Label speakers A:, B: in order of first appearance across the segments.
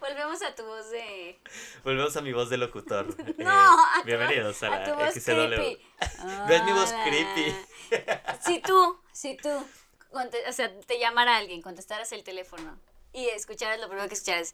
A: Volvemos a tu voz de.
B: Eh, Volvemos a mi voz de locutor. Eh,
A: No, a tu
B: bienvenidos a
A: voz-
B: la
A: a tu voz
B: XCW.
A: creepy.
B: No es mi voz
A: Hola.
B: creepy.
A: Si tú, si tú, conte- o sea, te llamara alguien, contestaras el teléfono y escucharas lo primero que escucharas.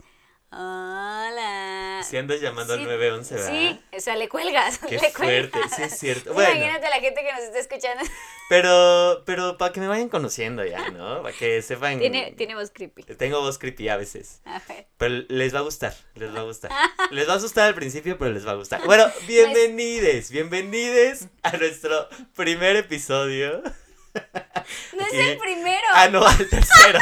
A: Hola.
B: Si andas llamando
A: Sí,
B: al 911, ¿verdad?
A: Sí, o sea, le cuelgas.
B: Qué
A: le
B: fuerte,
A: cuelgas.
B: sí es cierto.
A: Sí,
B: Bueno.
A: Imagínate a la gente que nos está escuchando.
B: Pero, pero para que me vayan conociendo ya, ¿no? Para que sepan.
A: Tiene, tiene voz creepy.
B: Tengo voz creepy a veces.
A: A ver.
B: Pero les va a gustar, les va a gustar. Les va a asustar al principio, pero les va a gustar. Bueno,
A: Pues
B: bienvenides, bienvenides a nuestro primer episodio.
A: No es
B: Aquí-
A: el primero.
B: Ah, no, al tercero.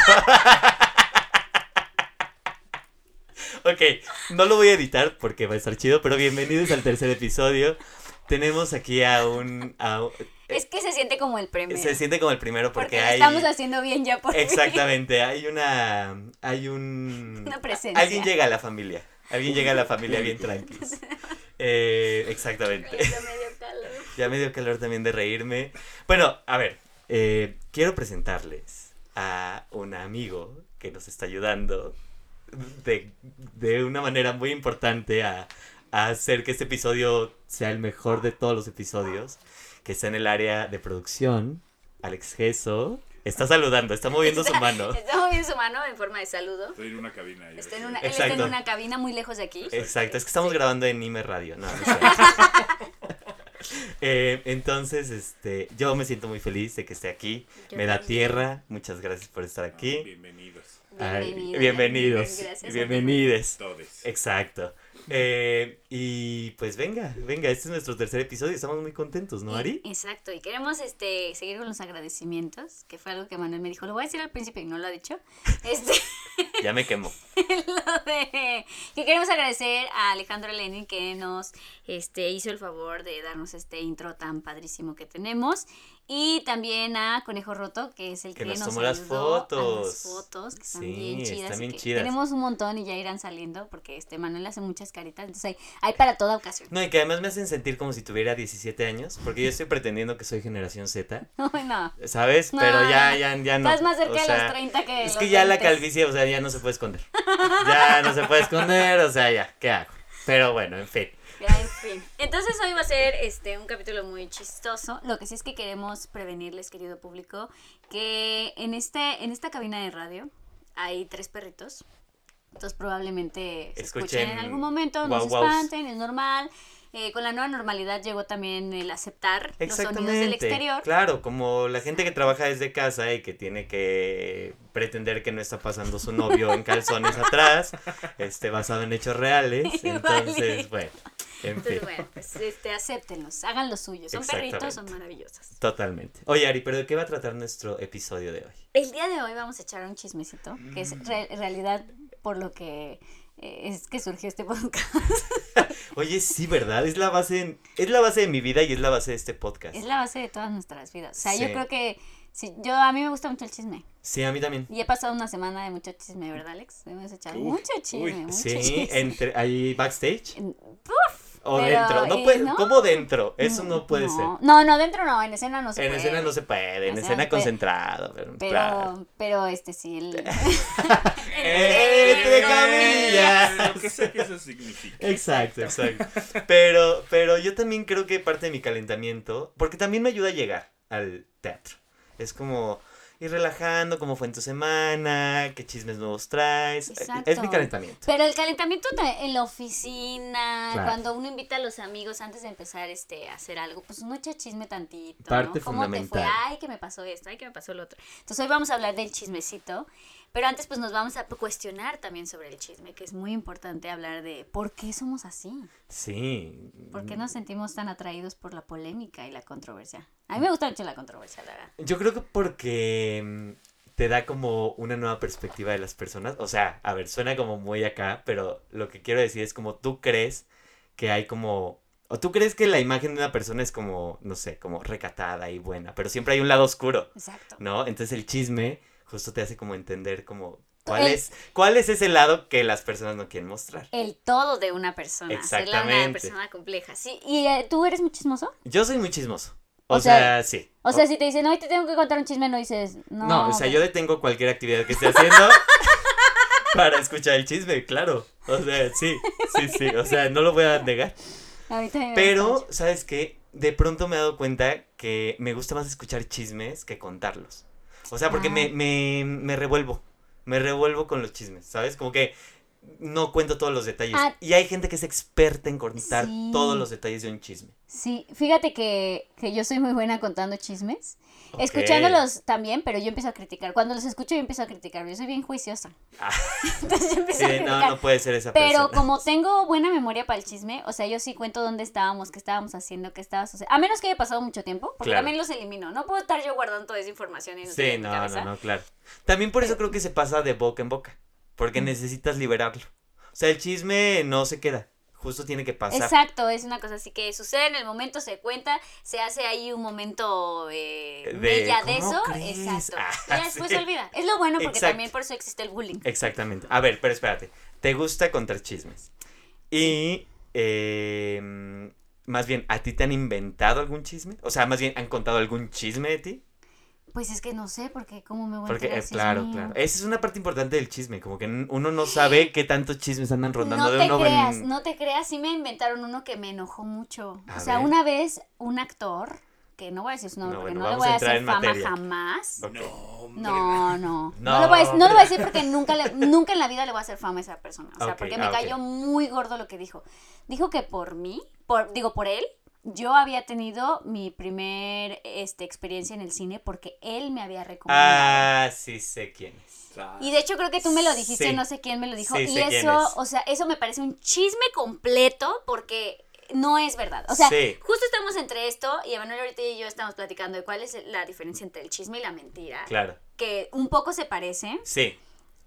B: ok, no lo voy a editar porque va a estar chido, pero bienvenidos al tercer episodio. Tenemos aquí a un... a un-
A: es que se siente como el primero.
B: se siente como el primero porque,
A: porque lo
B: hay...
A: estamos haciendo bien ya por fin.
B: Exactamente, hay una... Hay un...
A: Una presencia.
B: Alguien llega a la familia. Alguien llega a la familia bien tranquilos. Eh, exactamente.
A: Ya medio calor.
B: Ya me dio calor también de reírme. Bueno, a ver, eh, quiero presentarles a un amigo que nos está ayudando de, de una manera muy importante a, a hacer que este episodio sea el mejor de todos los episodios, que está en el área de producción, Alex Gesso. Está saludando, está moviendo su mano.
A: Está moviendo su mano en forma de saludo.
C: Estoy en una cabina. yo
A: Está en
C: creo.
A: una, él está en
B: Exacto.
A: una cabina muy lejos de aquí.
B: Exacto, es que estamos grabando en Nime Radio, no, no es cierto. Eh, entonces, este, yo me siento muy feliz de que esté aquí.
A: Yo
B: me da
A: también.
B: tierra. Muchas gracias por estar aquí.
C: Bienvenidos
B: Ay,
A: Bienvenido.
B: bienvenidos.
A: Gracias.
B: bienvenides.
C: todos.
B: Exacto. Eh, y pues venga, venga, este es nuestro tercer episodio. Estamos muy contentos, ¿no, Ari?
A: Y- Exacto, y queremos este seguir con los agradecimientos, que fue algo que Manuel me dijo, lo voy a decir al principio y no lo ha dicho. Este,
B: Ya me quemó.
A: lo de que queremos agradecer a Alejandro Lenin que nos este hizo el favor de darnos este intro tan padrísimo que tenemos y también a Conejo Roto, que es el que,
B: Que nos tomó
A: ayudó
B: las
A: A las
B: fotos.
A: fotos, que están
B: Sí,
A: bien chidas.
B: están
A: y
B: bien
A: que
B: chidas.
A: Tenemos un montón y ya irán saliendo porque este Manuel hace muchas caritas, entonces hay, hay para toda ocasión.
B: No, y que además me hacen sentir como si tuviera 17 años, porque yo estoy pretendiendo que soy generación Z,
A: No, no.
B: ¿sabes?
A: No,
B: Pero
A: no,
B: ya, ya, ya no.
A: Estás más cerca
B: O
A: de
B: sea,
A: los 30 que de
B: Es
A: los
B: que ya la
A: 20.
B: calvicie, o sea, ya no se puede esconder. Ya no se puede esconder, o sea, ya, ¿qué hago? Pero bueno, en fin.
A: Ya, en fin. Entonces hoy va a ser este un capítulo muy chistoso. Lo que sí es que queremos prevenirles, querido público, que en este en esta cabina de radio hay tres perritos. Entonces probablemente se escuchen,
B: Escuchen
A: en algún momento, no
B: guau
A: se
B: guaus.
A: espanten, es normal. Eh, con la nueva normalidad llegó también el aceptar los sonidos del exterior.
B: Claro, como la gente que trabaja desde casa y que tiene que pretender que no está pasando su novio en calzones atrás, este basado en hechos reales, entonces, bueno, en fin.
A: Entonces, bueno, pues este, acéptenlos, hagan lo suyo. Son perritos, son
B: Exactamente.
A: maravillosos.
B: Totalmente. Oye, Ari, pero ¿de qué va a tratar nuestro episodio de hoy?
A: El día de hoy vamos a echar un chismecito, que es
B: Mm.
A: re- en realidad por lo que eh, es que surgió este podcast.
B: Oye, sí, ¿verdad? Es la base en- es la base de mi vida y es la base de este podcast.
A: Es la base de todas nuestras vidas. O sea, yo
B: Sí.
A: creo que si yo a mí me gusta mucho el chisme.
B: Sí, a mí también.
A: Y he pasado una semana de mucho chisme, ¿verdad, Alex? Hemos echado
C: Uy,
A: mucho chisme,
C: uy.
A: mucho
B: Sí,
A: chisme.
B: entre ahí backstage.
A: En-
B: o
A: pero,
B: dentro. No
A: eh,
B: puede,
A: no.
B: ¿Cómo dentro? Eso no, puede
A: no.
B: ser.
A: No, no, dentro no, en escena no se
B: en
A: puede.
B: escena no se puede, en
A: O sea,
B: escena
A: pe-
B: concentrado. Pero,
A: Pero,
B: claro.
A: pero este sí, el...
B: Entre
C: Lo que
B: comillas.
C: sé que eso significa.
B: Exacto, exacto. Pero, pero yo también creo que parte de mi calentamiento, porque también me ayuda a llegar al teatro. Es como ir relajando, cómo fue en tu semana, qué chismes nuevos traes. Eh, Es mi
A: Exacto.
B: calentamiento.
A: Pero el calentamiento ta- en la oficina,
B: Claro.
A: cuando uno invita a los amigos antes de empezar este, a hacer algo, pues uno echa chisme tantito.
B: Parte
A: ¿no? ¿Cómo te fue?
B: fundamental.
A: Ay, que me pasó esto, ay, que me pasó lo otro. Entonces hoy vamos a hablar del chismecito, pero antes pues nos vamos a cuestionar también sobre el chisme, que es muy importante hablar de por qué somos así,
B: Sí.
A: por qué nos
B: Mm.
A: sentimos tan atraídos por la polémica y la controversia. A mí me gusta mucho la controversia, la verdad.
B: Yo creo que porque mm, te da como una nueva perspectiva de las personas. O sea, a ver, suena como muy acá, pero lo que quiero decir es como tú crees que hay como... O tú crees que la imagen de una persona es como, no sé, como recatada y buena, pero siempre hay un lado oscuro,
A: Exacto.
B: ¿no? Entonces el chisme justo te hace como entender como cuál
A: El-
B: es, cuál es ese lado que las personas no quieren mostrar.
A: El todo de una persona, hacerla una
B: Exactamente.
A: persona compleja. Sí, ¿y eh, tú eres muy chismoso?
B: Yo soy muy chismoso.
A: O
B: O, sea,
A: sea,
B: sí.
A: O sea, si te dicen, hoy te tengo que contar un chisme, no dices, no.
B: No, o sea,
A: güey".
B: yo detengo cualquier actividad que esté haciendo para escuchar el chisme, claro. O sea, sí, sí, sí. O sea, no lo voy a negar.
A: A mí también me gusta
B: Pero,
A: mucho.
B: ¿sabes qué? De pronto me he dado cuenta que me gusta más escuchar chismes que contarlos. O sea, porque me,
A: Ah.
B: me, me revuelvo. Me revuelvo con los chismes, ¿sabes? Como que no cuento todos los detalles.
A: Ah.
B: Y hay gente que es experta en contar
A: Sí.
B: todos los detalles de un chisme.
A: Sí, fíjate que, que yo soy muy buena contando chismes. Escuchándolos también, pero yo empiezo a criticar. Cuando los escucho, yo empiezo a criticar. Yo soy bien juiciosa.
B: Ah.
A: Entonces yo empiezo
B: Sí,
A: a criticar.
B: no, no puede ser esa
A: Pero
B: persona.
A: como tengo buena memoria para el chisme, o sea, yo sí cuento dónde estábamos, qué estábamos haciendo, qué estaba sucediendo. A menos que haya pasado mucho tiempo, porque
B: Claro.
A: también los elimino. No puedo estar yo guardando toda esa información y
B: Sí,
A: mi
B: no,
A: cabeza.
B: no, no, claro. También por eso creo que se pasa de boca en boca. Porque necesitas liberarlo. O sea, el chisme no se queda. Justo tiene que pasar.
A: Exacto, es una cosa así que sucede en el momento, se cuenta, se hace ahí un momento eh,
B: De,
A: mella de
B: ¿cómo
A: eso.
B: crees?
A: Exacto.
B: Ah,
A: y ya después
B: sí.
A: se olvida. Es lo bueno porque
B: Exacto.
A: también por eso existe el bullying.
B: Exactamente. A ver, pero espérate. ¿Te gusta contar chismes? Y. eh, más bien, ¿a ti te han inventado algún chisme? O sea, más bien, ¿han contado algún chisme de ti?
A: Pues es que no sé, porque cómo me voy a
B: Porque,
A: enterar
B: eh,
A: si es
B: claro,
A: mío?
B: claro. Esa es una parte importante del chisme. Como que n- uno no sabe qué tantos chismes andan rondando
A: No
B: de
A: te
B: uno.
A: creas,
B: en-
A: no te creas, sí me inventaron uno que me enojó mucho.
B: A
A: o sea,
B: ver.
A: una vez un actor, que no voy a decir su nombre
B: No,
A: porque
B: bueno,
A: no le
B: vamos
A: voy
B: a entrar
A: a hacer
B: en
A: fama
B: materia.
A: jamás.
B: Ok.
C: No, hombre.
A: No, no.
B: No.
A: No, lo voy a, no lo voy a decir porque nunca, le- nunca en la vida le voy a hacer fama a esa persona. O sea,
B: Ok,
A: porque me
B: ah, ok.
A: cayó muy gordo lo que dijo. Dijo que por mí, por, digo por él, yo había tenido mi primer este, experiencia en el cine porque él me había recomendado.
B: Ah, sí sé quién es.
A: Y de hecho creo que tú me lo dijiste,
B: Ah, Sí.
A: no sé quién me lo dijo.
B: Sí,
A: y
B: sé quién
A: eso,
B: es.
A: o sea, eso me parece un chisme completo porque no es verdad. O sea,
B: Sí.
A: justo estamos entre esto y Emanuel ahorita y yo estamos platicando de cuál es la diferencia entre el chisme y la mentira.
B: Claro.
A: Que un poco se parecen.
B: Sí.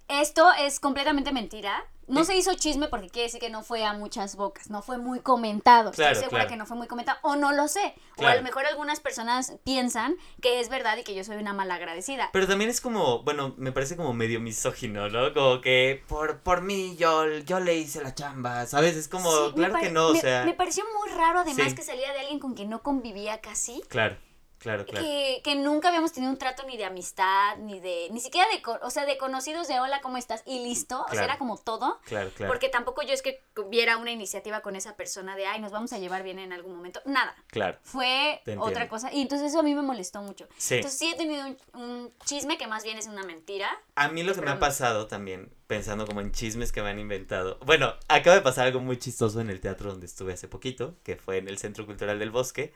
A: Esto es completamente mentira. No
B: Sí.
A: se hizo chisme porque quiere decir que no fue a muchas bocas, no fue muy comentado.
B: Claro,
A: Estoy segura
B: claro.
A: que no fue muy comentado o no lo sé. O a
B: Claro.
A: lo mejor algunas personas piensan que es verdad y que yo soy una mala agradecida.
B: Pero también es como, bueno, me parece como medio misógino, ¿no? Como que por, por mí yo, yo le hice la chamba, ¿sabes? Es como,
A: Sí, me
B: claro que
A: pare-
B: no, o
A: me-
B: sea.
A: Me pareció muy raro además
B: Sí.
A: que salía de alguien con quien no convivía casi.
B: Claro, claro, claro.
A: Que, que nunca habíamos tenido un trato ni de amistad, ni de, ni siquiera de, co- o sea, de conocidos de hola, ¿cómo estás? Y listo, o sea,
B: Claro.
A: era como todo.
B: Claro, claro.
A: Porque tampoco yo es que viera una iniciativa con esa persona de, ay, nos vamos a llevar bien en algún momento. Nada.
B: Claro.
A: fue
B: Te entiendo.
A: otra cosa. Y entonces eso a mí me molestó mucho.
B: Sí.
A: Entonces sí he tenido un, un chisme que más bien es una mentira.
B: A mí lo que me ha
A: Espérame.
B: pasado también, pensando como en chismes que me han inventado. Bueno, acaba de pasar algo muy chistoso en el teatro donde estuve hace poquito, que fue en el Centro Cultural del Bosque,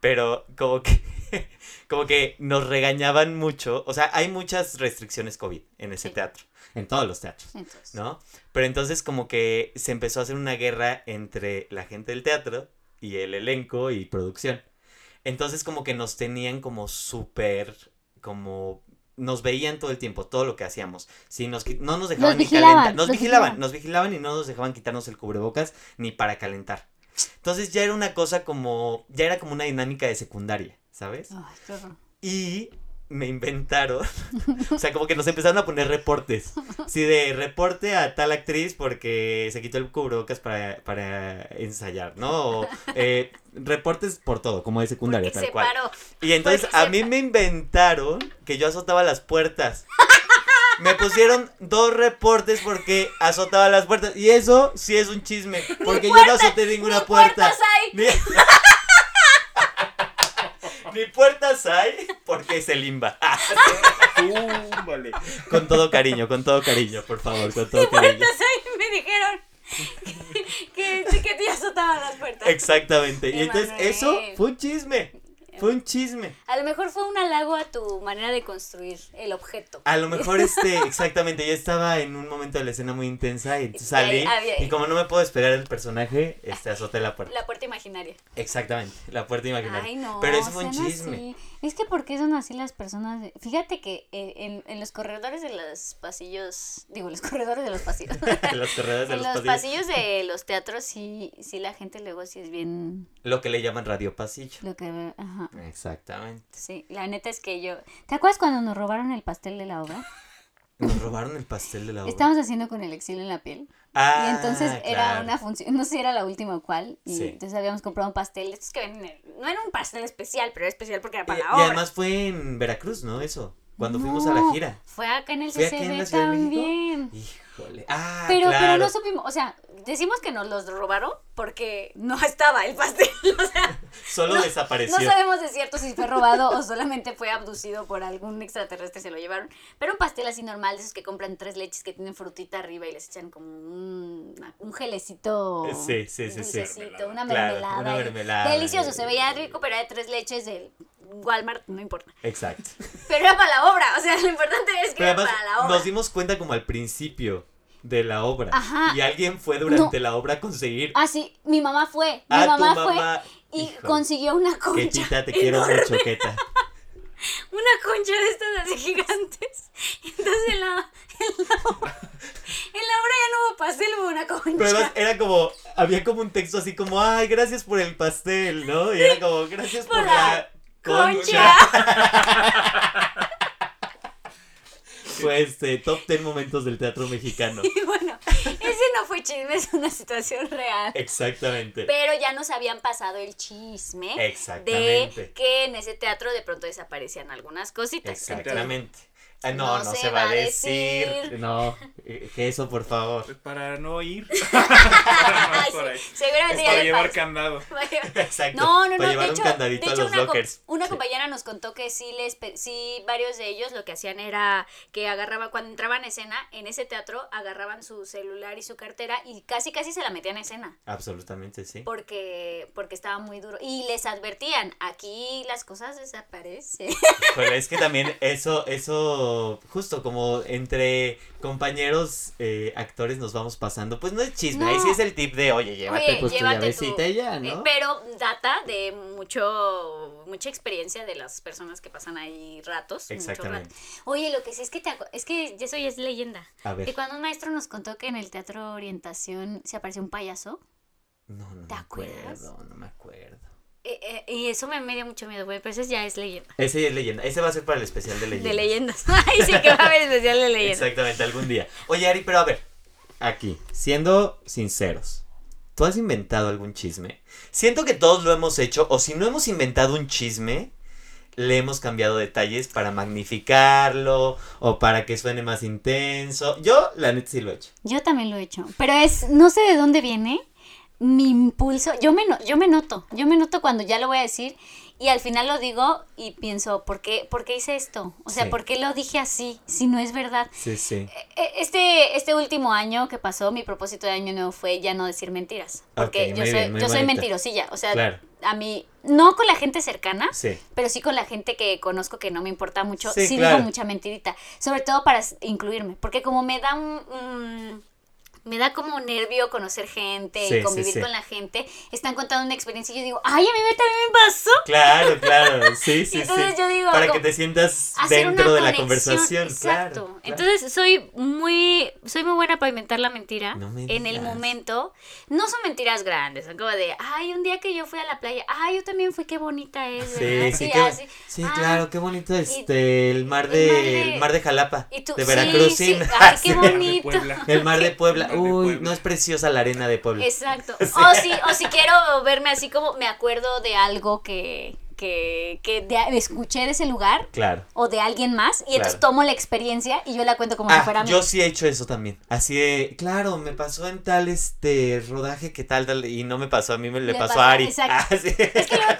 B: pero como que, como que nos regañaban mucho. O sea, hay muchas restricciones COVID en ese
A: Sí.
B: teatro, en todos los teatros.
A: Entonces,
B: ¿no? Pero entonces como que se empezó a hacer una guerra entre la gente del teatro y el elenco y producción. Entonces como que nos tenían como súper, como nos veían todo el tiempo, todo lo que hacíamos. Si nos, qui- no nos dejaban ni
A: vigilaban,
B: calentar. Nos
A: los
B: vigilaban,
A: vigilaban.
B: nos vigilaban y no nos dejaban quitarnos el cubrebocas ni para calentar. Entonces ya era una cosa como, ya era como una dinámica de secundaria, ¿sabes?
A: Ay, qué horror.
B: Y me inventaron. o sea, como que nos empezaron a poner reportes. Sí, de reporte a tal actriz porque se quitó el cubrebocas para, para ensayar, ¿no? O, eh, reportes por todo, como de secundaria,
A: Porque
B: tal
A: se
B: cual.
A: paró.
B: Y entonces
A: porque
B: a
A: se
B: mí
A: pa-
B: me inventaron que yo azotaba las puertas. Me pusieron dos reportes porque azotaba las puertas. Y eso sí es un chisme. Porque yo no azoté ninguna
A: ¡Ni
B: puerta.
A: puertas hay!
B: Ni... Ni puertas hay porque es el IMBA.
C: Túmbale.
B: Con todo cariño, con todo cariño, por favor, con todo
A: ¡Ni
B: cariño.
A: puertas hay! Me dijeron que, que, que te azotaban las puertas.
B: Exactamente. Y entonces
A: Emanuel.
B: eso fue un chisme. Fue un chisme.
A: A lo mejor fue un halago a tu manera de construir el objeto.
B: A lo mejor este, exactamente, yo estaba en un momento de la escena muy intensa y entonces salí
A: Y ahí había-
B: y como no me puedo esperar el personaje, este azoté la puerta.
A: La puerta imaginaria.
B: Exactamente, la puerta imaginaria.
A: Ay, no.
B: Pero eso fue un
A: sean
B: chisme.
A: así. Es que porque son así las personas. de- Fíjate que eh, en, en los corredores de los pasillos. Digo, los corredores de los pasillos.
B: En los corredores de
A: Pues en
B: los,
A: los
B: pasillos.
A: pasillos de los teatros sí, sí la gente luego sí es bien
B: Lo que le llaman radio pasillo.
A: lo que... Ajá.
B: Exactamente.
A: Sí, la neta es que yo... ¿Te acuerdas cuando nos robaron el pastel de la obra?
B: Nos robaron el pastel de la obra.
A: Estábamos haciendo con el exilio en la piel.
B: Ah,
A: y entonces era
B: claro.
A: una función, no sé si era la última o cuál. Y
B: Sí.
A: entonces habíamos comprado un pastel. Estos que ven en el- No era un pastel especial, pero era especial porque era
B: Y,
A: para la
B: y
A: obra.
B: además fue en Veracruz, ¿no? Eso. cuando fuimos a la
A: No,
B: gira.
A: Fue acá en el
B: Fue aquí en la
A: CCB
B: Ciudad de México.
A: también.
B: Híjole. Ah,
A: Pero, pero
B: claro.
A: no supimos, o sea, decimos que nos los robaron porque no estaba el pastel, o sea,
B: Solo
A: no-
B: desapareció.
A: no sabemos de cierto si fue robado o solamente fue abducido por algún extraterrestre y se lo llevaron, pero un pastel así normal, de esos que compran tres leches que tienen frutita arriba y les echan como un, un gelecito
B: Sí, sí, sí, sí.
A: dulcecito, una
B: Claro,
A: mermelada.
B: una
A: y-
B: mermelada.
A: Delicioso, se veía rico, pero era de tres leches del Walmart, no importa.
B: Exacto.
A: Pero era para la obra, o sea, lo importante es que
B: Pero
A: era
B: además
A: para la obra.
B: nos dimos cuenta como al principio de la obra.
A: Ajá.
B: Y alguien fue durante la obra a conseguir.
A: Ah, sí, mi mamá fue. Mi
B: a
A: mamá,
B: Ah, tu
A: fue
B: mamá.
A: y
B: Híjole.
A: consiguió una concha.
B: Quetita, te quiero
A: enorme,
B: mucho, Queta.
A: Una concha de estas así gigantes. Entonces en la, en la, obra- en la obra ya no hubo pastel, hubo una
B: Pero además
A: concha.
B: era como, había como un texto así como, ay, gracias por el pastel, ¿no? Y era como, gracias por,
A: Por
B: la
A: la
B: concha. Fue este, top 10 momentos del teatro mexicano.
A: Y bueno, ese no fue chisme, es una situación real.
B: Exactamente.
A: Pero ya nos habían pasado el chisme
B: Exactamente.
A: de que en ese teatro de pronto desaparecían algunas cositas.
B: Exactamente. Ah, no, no, se, va a decir. No, eh, que eso, por favor.
C: Pues Para no ir.
A: Ay,
C: Para
A: sí,
C: no ir.
A: seguramente ya
C: Es para
A: le
C: llevar
A: pasó.
C: candado.
B: Exacto.
A: No, no, no.
B: Para llevar
A: de
B: un
A: hecho,
B: candadito
A: de
B: a
A: hecho,
B: los
A: una, co-
B: lockers.
A: una
B: Sí.
A: compañera nos contó que sí, les, pe- sí, varios de ellos lo que hacían era que agarraban, cuando entraban a escena, en ese teatro, agarraban su celular y su cartera y casi, casi se la metían a escena.
B: Absolutamente, sí.
A: Porque, porque estaba muy duro. Y les advertían, aquí las cosas desaparecen.
B: Pero es que también eso, eso, justo como entre compañeros eh, actores nos vamos pasando, pues no es chisme, ahí
A: No.
B: sí es el tip de, oye, llévate
A: Oye,
B: pues
A: llévate
B: tu llavecita
A: tu-
B: y ya,
A: Eh,
B: ¿no?
A: pero data de mucho mucha experiencia de las personas que pasan ahí ratos. mucho
B: Exactamente.
A: rato. Oye, lo que sí es que te acu- es que eso ya es leyenda.
B: A
A: Que
B: ver.
A: cuando un maestro nos contó que en el teatro orientación se apareció un payaso,
B: No, no
A: ¿Te
B: me
A: acuerdas?
B: acuerdo, no me acuerdo.
A: eh, eh, y eso me, me dio mucho miedo, güey, pero eso ya es leyenda.
B: Ese ya es leyenda, ese va a ser para el especial de leyenda.
A: De leyendas. Ay, sí que va a haber especial de leyendas.
B: Exactamente, algún día. Oye, Ari, pero a ver, aquí, siendo sinceros, ¿tú has inventado algún chisme? Siento que todos lo hemos hecho, o si no hemos inventado un chisme, le hemos cambiado detalles para magnificarlo o para que suene más intenso. Yo, la neta, sí lo he hecho.
A: Yo también lo he hecho, pero es, no sé de dónde viene mi impulso. Yo me, no- yo me noto, yo me noto cuando ya lo voy a decir y al final lo digo y pienso, ¿por qué, por qué hice esto? O sea,
B: Sí.
A: ¿por qué lo dije así si no es verdad?
B: Sí, sí.
A: E- Este, este último año que pasó, mi propósito de año nuevo fue ya no decir mentiras, porque
B: Ok,
A: yo,
B: muy
A: soy,
B: bien, muy
A: yo soy
B: bonita.
A: mentirosilla, o sea,
B: Claro.
A: a mí, no con la gente cercana,
B: Sí.
A: pero sí con la gente que conozco que no me importa mucho,
B: Sí,
A: sí,
B: claro.
A: digo mucha mentirita, sobre todo para s- incluirme, porque como me da un... un- mm, me da como nervio conocer gente
B: Sí, sí,
A: y convivir
B: sí.
A: con la gente. Están contando una experiencia y yo digo, ay, a mí me- también me pasó.
B: Claro, claro, sí, sí,
A: Entonces
B: sí.
A: yo digo,
B: para que
A: como,
B: te sientas
A: Hacer
B: dentro
A: una
B: de la
A: conexión,
B: conversación.
A: Exacto.
B: Claro, claro.
A: Entonces soy muy, soy muy buena para inventar la mentira
B: No me
A: en el
B: digas.
A: momento. No son mentiras grandes, son como de, ay, un día que yo fui a la playa, ay, yo también fui, qué bonita es.
B: Sí,
A: ¿verdad?".
B: sí,
A: Sí,
B: qué-
A: así.
B: sí,
A: Ah,
B: claro, qué bonito este el mar
A: el
B: de
A: mar de-
B: el mar de Jalapa,
A: Y tú,
B: de
A: sí,
B: Veracruz,
A: sí,
B: sí,
A: ay, qué
B: sí.
C: Mar de
A: bonito.
C: Puebla.
B: El mar de Puebla.
C: El mar de
B: Uy,
C: Puebla.
B: no es preciosa la arena de Puebla.
A: Exacto. O si, o si quiero verme así como me acuerdo de algo que, que, que de- escuché de ese lugar
B: Claro.
A: o de alguien más y entonces
B: Claro.
A: tomo la experiencia y yo la cuento como si fuera
B: Ah,
A: mía.
B: yo sí he hecho eso también. Así de, claro, me pasó en tal este rodaje que tal, tal, y no me pasó a mí, me le,
A: Le
B: pasó,
A: pasó,
B: a Ari. Ah,
A: exacto.
B: sí.
A: Es que luego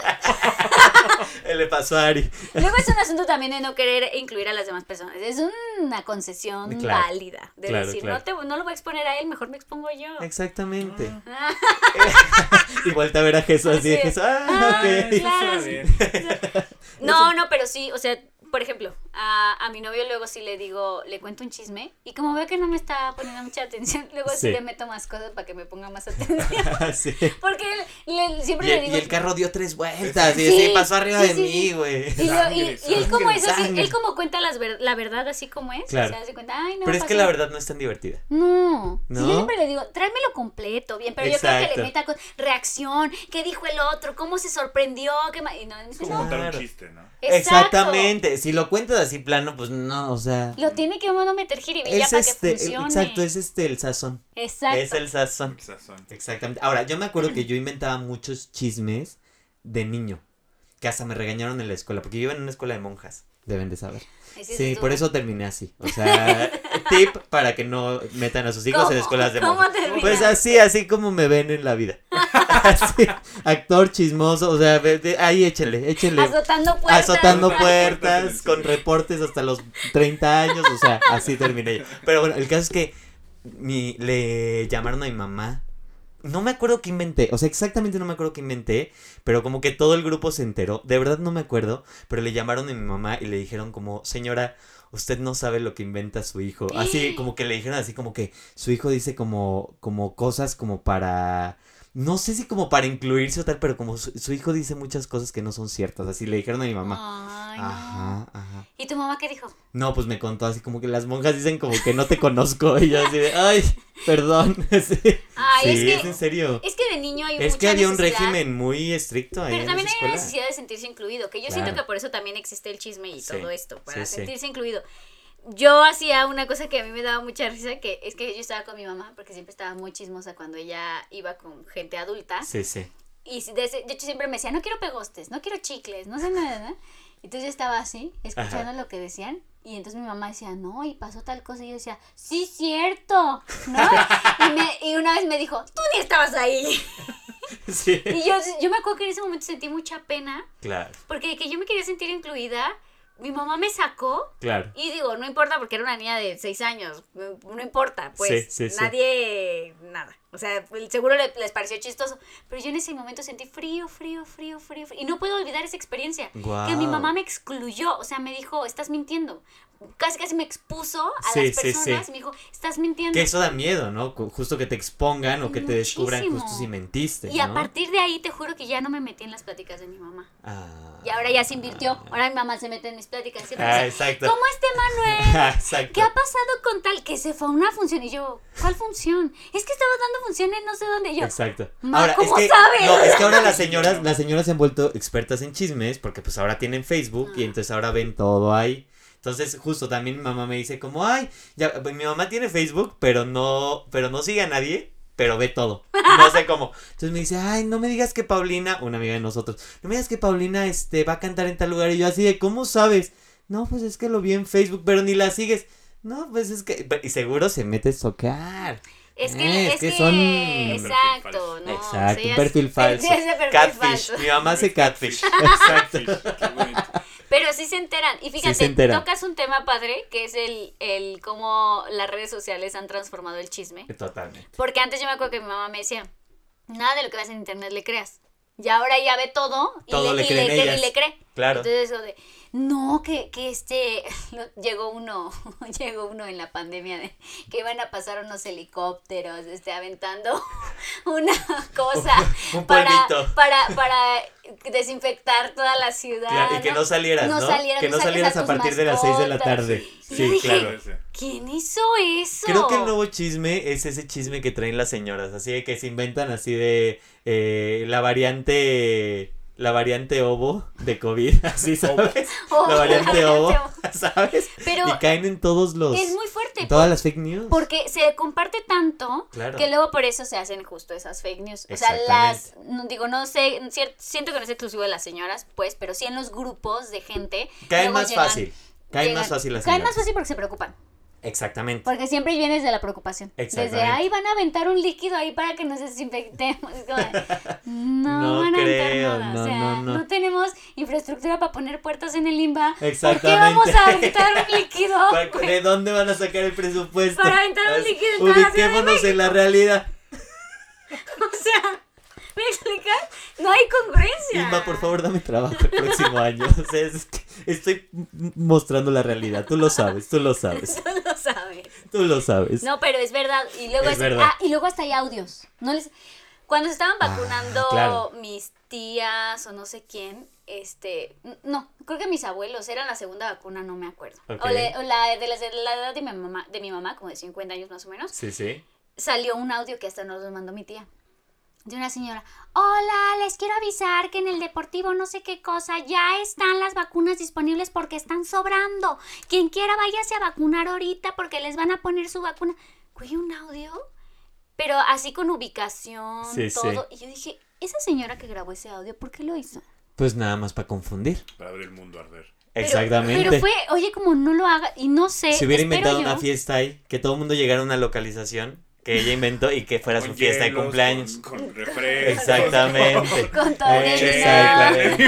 B: le pasó a Ari.
A: Luego es un asunto también de no querer incluir a las demás personas. Es una concesión
B: Claro,
A: válida de
B: claro,
A: decir,
B: claro.
A: No, te, no lo voy a exponer a él, mejor me expongo yo.
B: Exactamente.
A: Ah,
B: Igual te verá Jesús así de
A: Así es.
B: Jesús. Ah,
A: Ah,
B: ok.
A: Claro,
C: Está
A: sí.
C: bien.
A: No, no, pero sí, o sea, por ejemplo, a, a mi novio luego sí le digo, le cuento un chisme y como veo que no me está poniendo mucha atención, luego sí,
B: Sí.
A: le meto más cosas para que me ponga más atención.
B: Sí.
A: Porque él- le- siempre
B: Y
A: le
B: el,
A: digo...
B: y el carro dio tres vueltas. Y
A: Sí,
B: sí, pasó arriba
A: sí,
B: de
A: sí,
B: mí,
A: sí.
B: güey.
A: y lo- y-
C: Sangre,
A: y él como
B: sangre,
A: es así,
B: sangre.
A: él como cuenta las ver- la verdad así como es,
B: Claro.
A: o sea, hace cuenta, ay, no
B: Pero es que
A: pasó
B: la verdad no es tan divertida.
A: No.
B: ¿No?
A: Sí, yo siempre le digo, tráemelo completo, bien, pero yo creo que
B: Exacto.
A: le meta con reacción, qué dijo el otro, cómo se sorprendió, qué ma- y no, me dice,
C: Como
A: no,
C: contar un
B: Claro.
C: chiste, ¿no?
A: exacto.
B: Exactamente. Si lo cuentas así plano, pues no, o sea.
A: Lo tiene que uno meter jiribilla
B: es
A: para
B: este,
A: que funcione.
B: exacto, es este el sazón.
A: Exacto.
B: Es el sazón.
C: El sazón.
B: Exactamente. Ahora, yo me acuerdo que yo inventaba muchos chismes de niño. Que hasta me regañaron en la escuela, porque yo iba en una escuela de monjas. deben de saber.
A: Ese es
B: Sí,
A: tu-
B: por eso terminé así. O sea, tip para que no metan a sus hijos en
A: ¿Cómo?
B: escuelas de
A: ¿Cómo
B: moda.
A: terminas?
B: Pues así, así como me ven en la vida. Así, actor chismoso, o sea, ve- de- ahí échenle, échenle.
A: Azotando puertas.
B: azotando
C: Azotando
B: puertas,
C: puertas.
B: con reportes hasta los 30 años, o sea, así terminé yo. Pero bueno, el caso es que mi, le llamaron a mi mamá. No me acuerdo qué inventé, o sea, exactamente no me acuerdo qué inventé, pero como que todo el grupo se enteró, de verdad no me acuerdo, pero le llamaron a mi mamá y le dijeron como, señora, usted no sabe lo que inventa su hijo. Así, como que le dijeron así como que su hijo dice como, como cosas como para... No sé si como para incluirse o tal, pero como su, su hijo dice muchas cosas que no son ciertas, así le dijeron a mi mamá.
A: Ay, no.
B: Ajá, ajá.
A: ¿Y tu mamá qué dijo?
B: No, pues me contó así como que las monjas dicen como que no te conozco. Y yo así de, ay, perdón. Sí,
A: Ay,
B: Sí,
A: es,
B: en
A: que,
B: serio.
A: es que de niño hay
B: Es
A: mucha
B: que había un
A: necesidad,
B: régimen muy estricto ahí
A: Pero
B: en
A: también
B: esa
A: hay
B: escuela.
A: una necesidad de sentirse incluido, que yo siento
B: Claro.
A: que por eso también existe el chisme y
B: Sí,
A: todo esto, para
B: sí, sí.
A: sentirse incluido. Yo hacía una cosa que a mí me daba mucha risa, que es que yo estaba con mi mamá, porque siempre estaba muy chismosa cuando ella iba con gente adulta.
B: Sí, sí.
A: Y si- de, ese- de hecho siempre me decía, no quiero pegostes, no quiero chicles, no sé nada, ¿no?". Entonces yo estaba así,
B: Ajá.
A: escuchando lo que decían. Y entonces mi mamá decía, no, y pasó tal cosa. Y yo decía, sí, cierto, ¿no? y, me- y una vez me dijo, tú ni estabas ahí.
B: Sí.
A: Y yo, yo me acuerdo que en ese momento sentí mucha pena,
B: Claro,
A: porque de que yo me quería sentir incluida, mi mamá me sacó.
B: claro.
A: Y digo, no importa porque era una niña de 6 años, no no importa, pues
B: Sí, sí, sí.
A: nadie, nada. O sea, seguro le- les pareció chistoso, pero yo en ese momento sentí frío, frío, frío, frío, frío. Y no puedo olvidar esa experiencia, que mi
B: Guau.
A: mamá me excluyó, o sea, me dijo, estás mintiendo. Casi, casi me expuso a
B: Sí,
A: las
B: sí, sí.
A: personas y me dijo, estás mintiendo.
B: Que eso da miedo, ¿no? Cu- Justo que te expongan o que te descubran
A: Muchísimo.
B: justo si mentiste,
A: Y a
B: ¿no?
A: partir de ahí te juro que ya no me metí en las pláticas de mi mamá.
B: Ah.
A: Y ahora ya se invirtió. Ahora mi mamá se mete en mis pláticas. Siempre
B: Ah,
A: dice,
B: exacto.
A: ¿Cómo este Manuel?
B: exacto.
A: ¿Qué ha pasado con tal que se fue a una función? Y yo, ¿cuál función? Es que estaba dando funciones no sé dónde. Y yo,
B: Exacto.
A: Ma,
B: ahora,
A: ¿cómo
B: es que,
A: sabes?
B: No, es que ahora las señoras, las señoras se han vuelto expertas en chismes porque pues ahora tienen Facebook
A: Ah.
B: y entonces ahora ven todo ahí. Entonces, justo también mi mamá me dice como, ay, ya, pues, mi mamá tiene Facebook, pero no, pero no sigue a nadie, pero ve todo. No sé cómo. Entonces me dice, ay, no me digas que Paulina, una amiga de nosotros, no me digas que Paulina este va a cantar en tal lugar. Y yo así de, ¿cómo sabes? No, pues es que lo vi en Facebook, pero ni la sigues. No, pues es que. Y seguro se mete a socar.
A: es que,
B: Eh,
A: es,
B: es
A: que,
B: que son-
A: exacto, no,
B: Exacto,
A: sí,
B: un
A: es-
B: perfil
A: sí,
B: falso.
A: sí, es de perfil
B: catfish.
A: falso.
B: Mi mamá hace catfish.
C: Exacto. Qué bonito.
A: Pero sí se enteran. Y fíjate,
B: se enteran.
A: tocas un tema padre, que es el, el cómo las redes sociales han transformado el chisme.
B: Totalmente.
A: Porque antes yo me acuerdo que mi mamá me decía, nada de lo que ves en internet le creas. Y ahora ya ve todo y,
B: Todo
A: le,
B: le
A: y
B: creen
A: le- y
B: ellas.
A: le cree.
B: Claro.
A: Entonces eso de, no, que, que este, llegó uno, llegó uno en la pandemia de que iban a pasar unos helicópteros, este, aventando una cosa
B: Un
A: para,
B: polvito.
A: para, para desinfectar toda la ciudad.
B: Claro, y que no salieras,
A: No
B: ¿no?
A: salieras,
B: que
A: no
B: no
A: saques a
B: salieras a,
A: tus
B: partir de las 6 de la
A: mascotas.
B: tarde.
A: Sí,
B: Sí,
A: dije,
B: claro.
C: ese.
A: ¿Quién hizo eso?
B: Creo que el nuevo chisme es ese chisme que traen las señoras, así de que se inventan así de eh, la variante la variante ovo de COVID, así sabes,
A: Ovo.
B: la variante
A: La
B: ovo,
A: variante
B: ¿sabes?
A: Pero
B: y caen en todos los
A: Es muy fuerte.
B: en todas las fake news.
A: Porque se comparte tanto
B: Claro.
A: que luego por eso se hacen justo esas fake news. O sea, las, no, digo, no sé, cier- siento que no es exclusivo de las señoras, pues, pero sí en los grupos de gente.
B: caen
A: luego
B: más
A: llegan-
B: fácil. Caen
A: llegan-
B: más fácil las
A: Caen
B: señoras.
A: más fácil porque se preocupan.
B: Exactamente.
A: Porque siempre vienes de la preocupación. Desde
B: Exactamente.
A: ahí van a aventar un líquido ahí para que nos desinfectemos. Es como de, no,
B: No
A: van a aventar
B: creo,
A: nada. o
B: no,
A: sea, no,
B: no, no.
A: tenemos infraestructura para poner puertas en el IMBA. ¿Por qué
B: Exactamente.
A: vamos a aventar un líquido?
B: ¿Para- ¿De dónde van a sacar el presupuesto?
A: Para aventar un
B: As-
A: líquido en toda la Ciudad de
B: Ubiquémonos en la realidad.
A: O sea, ¿me explicas? No hay congruencia.
B: Inma, por favor, dame trabajo el próximo año. O sea, es que estoy m- mostrando la realidad. Tú lo sabes, tú lo sabes,
A: Tú lo sabes.
B: tú lo sabes.
A: No, pero es verdad. Y luego,
B: Es
A: es-
B: verdad. Ah,
A: ah, y luego hasta hay audios. No les... Cuando se estaban vacunando
B: claro.
A: mis tías o no sé quién, este, n- no, creo que mis abuelos eran la segunda vacuna, no me acuerdo.
B: Ok.
A: O, le- o la de, las- de la edad de mi mamá, de mi mamá, como de 50 años más o menos,
B: Sí, sí.
A: salió un audio que hasta nos lo mandó mi tía. De una señora, hola, les quiero avisar que en el deportivo no sé qué cosa ya están las vacunas disponibles porque están sobrando. Quien quiera váyase a vacunar ahorita porque les van a poner su vacuna. Güey, un audio, pero así con ubicación,
B: Sí, sí.
A: todo. Y yo dije, esa señora que grabó ese audio, ¿por qué lo hizo?
B: Pues nada más para confundir.
C: Para ver el mundo arder.
A: Pero-
B: Exactamente.
A: Pero fue, oye, como no lo haga, y no sé.
B: Si hubiera
A: espero
B: inventado
A: yo-
B: una fiesta ahí, que todo el mundo llegara a una localización que ella inventó y que fuera su
C: Con
B: fiesta de
C: hielos,
B: cumpleaños.
C: Con, con refrescos.
B: Exactamente.
A: Con todo
B: Eh,
A: el-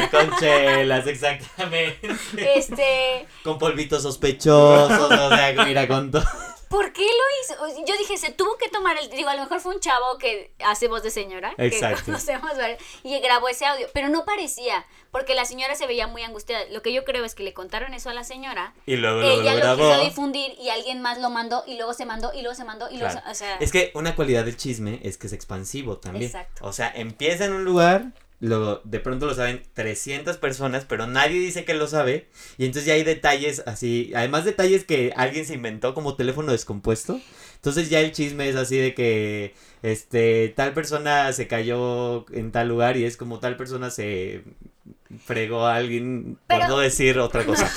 B: Exactamente. Con chelas, exactamente.
A: Este,
B: Con polvitos sospechosos, o sea, mira, con todo.
A: ¿por qué lo hizo? O sea, Yo dije, se tuvo que tomar el. Digo, a lo mejor fue un chavo que hace voz de señora.
B: Exacto.
A: Que conocemos, ¿verdad? y grabó ese audio. Pero no parecía, porque la señora se veía muy angustiada. Lo que yo creo es que le contaron eso a la señora.
B: Y luego lo,
A: Ella
B: lo
A: Eh, lo quiso
B: grabó.
A: difundir y alguien más lo mandó y luego se mandó y luego se mandó y luego
B: Claro.
A: se- o sea,
B: Es que una cualidad del chisme es que es expansivo también.
A: Exacto.
B: O sea, empieza en un lugar, lo, de pronto lo saben 300 personas, pero nadie dice que lo sabe. Y entonces ya hay detalles así, además detalles que alguien se inventó como teléfono descompuesto. Entonces ya el chisme es así de que, este, tal persona se cayó en tal lugar y es como tal persona se fregó a alguien por
A: Pero-
B: no decir otra cosa.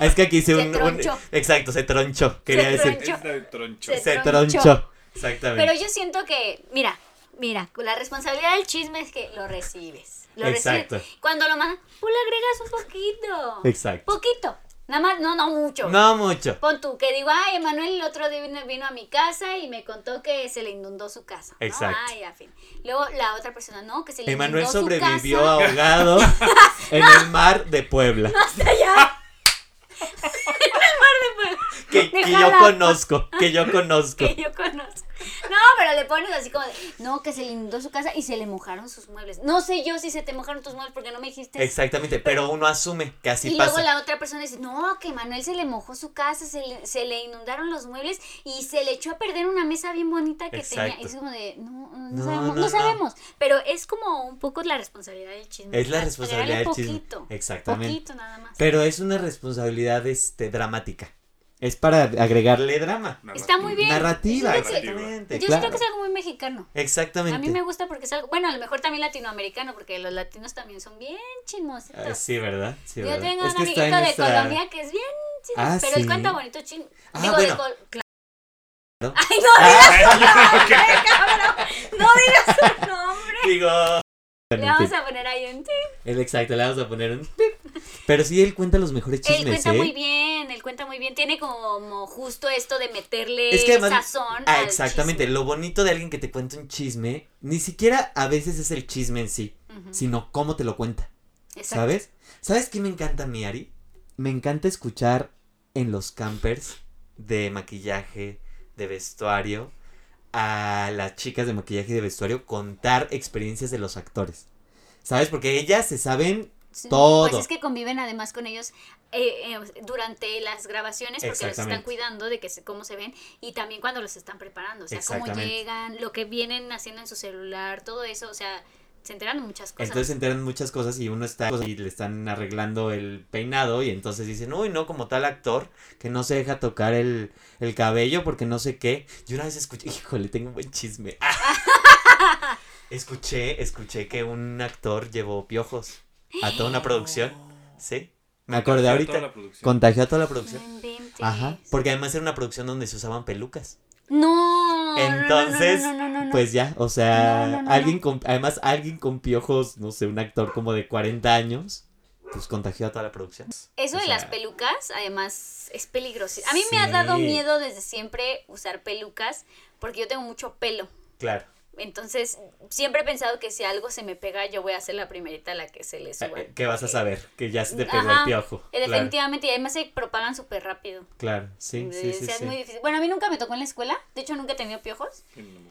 B: es que aquí hice
A: Se
B: un, un-
A: tronchó.
B: Exacto, se tronchó, quería decir.
A: tronchó.
C: Es de troncho.
A: Se-
B: Se
A: tronchó.
B: tronchó. Exactamente.
A: pero yo siento que, mira, mira, la responsabilidad del chisme es que lo recibes. Lo
B: Exacto.
A: recibes. Cuando lo mandas, pues le agregas un poquito.
B: Exacto.
A: Poquito. Nada más, no, no mucho.
B: No mucho.
A: Pon tú, que digo, ay, Emanuel el otro día vino, vino a mi casa y me contó que se le inundó su casa. ¿no?
B: Exacto.
A: Ay, a fin. Luego la otra persona, no, que se le
B: Emanuel
A: inundó
B: sobrevivió
A: su casa.
B: ahogado en el mar de Puebla,
A: Hasta allá.
B: que, que yo
A: Déjala.
B: conozco, que yo conozco.
A: que yo conozco. No, pero le pones así como de, no, que se le inundó su casa y se le mojaron sus muebles. No sé yo si se te mojaron tus muebles porque no me dijiste.
B: Exactamente, pero uno asume que así
A: y luego
B: pasa.
A: la otra persona dice, no, que Manuel se le mojó su casa, se le, se le inundaron los muebles y se le echó a perder una mesa bien bonita que tenía.
B: Exacto.
A: Es como de, no, no,
B: No,
A: sabemos,
B: no,
A: no
B: no.
A: sabemos. Pero es como un poco la responsabilidad del chisme.
B: Es la
A: Regalarle
B: responsabilidad del chisme.
A: poquito,
B: Exactamente.
A: Poquito nada más.
B: Pero es una responsabilidad este dramática. Es para agregarle drama.
C: Nada más.
A: Está muy bien.
B: Narrativa,
A: Yo creo que-
B: exactamente.
A: Yo
B: claro.
A: creo que es algo muy mexicano.
B: Exactamente.
A: A mí me gusta porque es algo, bueno, a lo mejor también latinoamericano, porque los latinos también son bien chismositos.
B: Ah, sí, ¿verdad? Sí,
A: Yo
B: ¿verdad?
A: tengo
B: Es
A: un
B: que está
A: amiguito
B: en
A: de
B: nuestra-
A: Colombia que es bien chismoso,
B: Ah,
A: pero
B: sí.
A: él cuenta bonito chismos.
B: Ah,
A: Digo,
B: bueno.
A: de col- cla-
B: ¿No? Ah.
A: Ay, no digas su nombre, cabrón. No digas su nombre.
B: Digo.
A: Le vamos a poner ahí un...
B: El exacto, le vamos a poner un pip. Pero sí, él cuenta los mejores chismes.
A: Él cuenta
B: ¿eh?
A: muy bien, él cuenta muy bien. Tiene como justo esto de meterle
B: Es que además-
A: sazón
B: Ah,
A: al
B: exactamente. Lo bonito de alguien que te cuenta un chisme, ni siquiera a veces es el chisme en sí,
A: chisme. Ujú,
B: sino cómo te lo cuenta,
A: exacto.
B: ¿sabes? ¿Sabes qué me encanta a mí, Ari? Me encanta escuchar en los campers de maquillaje, de vestuario, a las chicas de maquillaje y de vestuario contar experiencias de los actores. ¿Sabes? Porque ellas se saben
A: Sí,
B: Todo.
A: Pues es que conviven además con ellos eh, eh, durante las grabaciones porque los están
B: Exactamente.
A: cuidando de que se- cómo se ven y también cuando los están preparando, o sea, cómo
B: Exactamente.
A: llegan, lo que vienen haciendo en su celular, todo eso, o sea, se enteran de muchas cosas.
B: Entonces se enteran muchas cosas y uno está y le están arreglando el peinado y entonces dicen, uy, no, como tal actor que no se deja tocar el, el cabello porque no sé qué. Yo una vez escuché, híjole, tengo un buen chisme. escuché, escuché que un actor llevó piojos a toda una producción, ¿sí? Me acordé
C: Toda
B: ahorita.
C: la producción.
B: Contagió a toda la
A: no
B: producción.
A: inventes.
B: Ajá, porque además era una producción donde se usaban pelucas.
A: No. no, no, no,
B: Entonces,
A: no, no, no, no.
B: Pues ya, o sea,
A: No, no, no,
B: alguien con, además alguien con piojos, no sé, un actor como de 40 años, pues contagió a toda la producción.
A: Eso
B: o
A: de
B: sea-
A: las pelucas, además, es peligroso. A mí me ha dado
B: Sí.
A: miedo desde siempre usar pelucas porque yo tengo mucho pelo.
B: Claro.
A: Entonces, siempre he pensado que si algo se me pega, yo voy a ser la primerita a la que se le suba.
B: Eh, ¿Qué vas a saber? Que ya se te pegó
A: Ajá,
B: el piojo.
A: Eh,
B: Claro,
A: Definitivamente, y además se propagan súper rápido.
B: claro, sí,
A: Eh,
B: sí,
A: o
B: sí.
A: sea, es
B: sí.
A: muy difícil. Bueno, a mí nunca me tocó en la escuela, de hecho nunca he tenido piojos,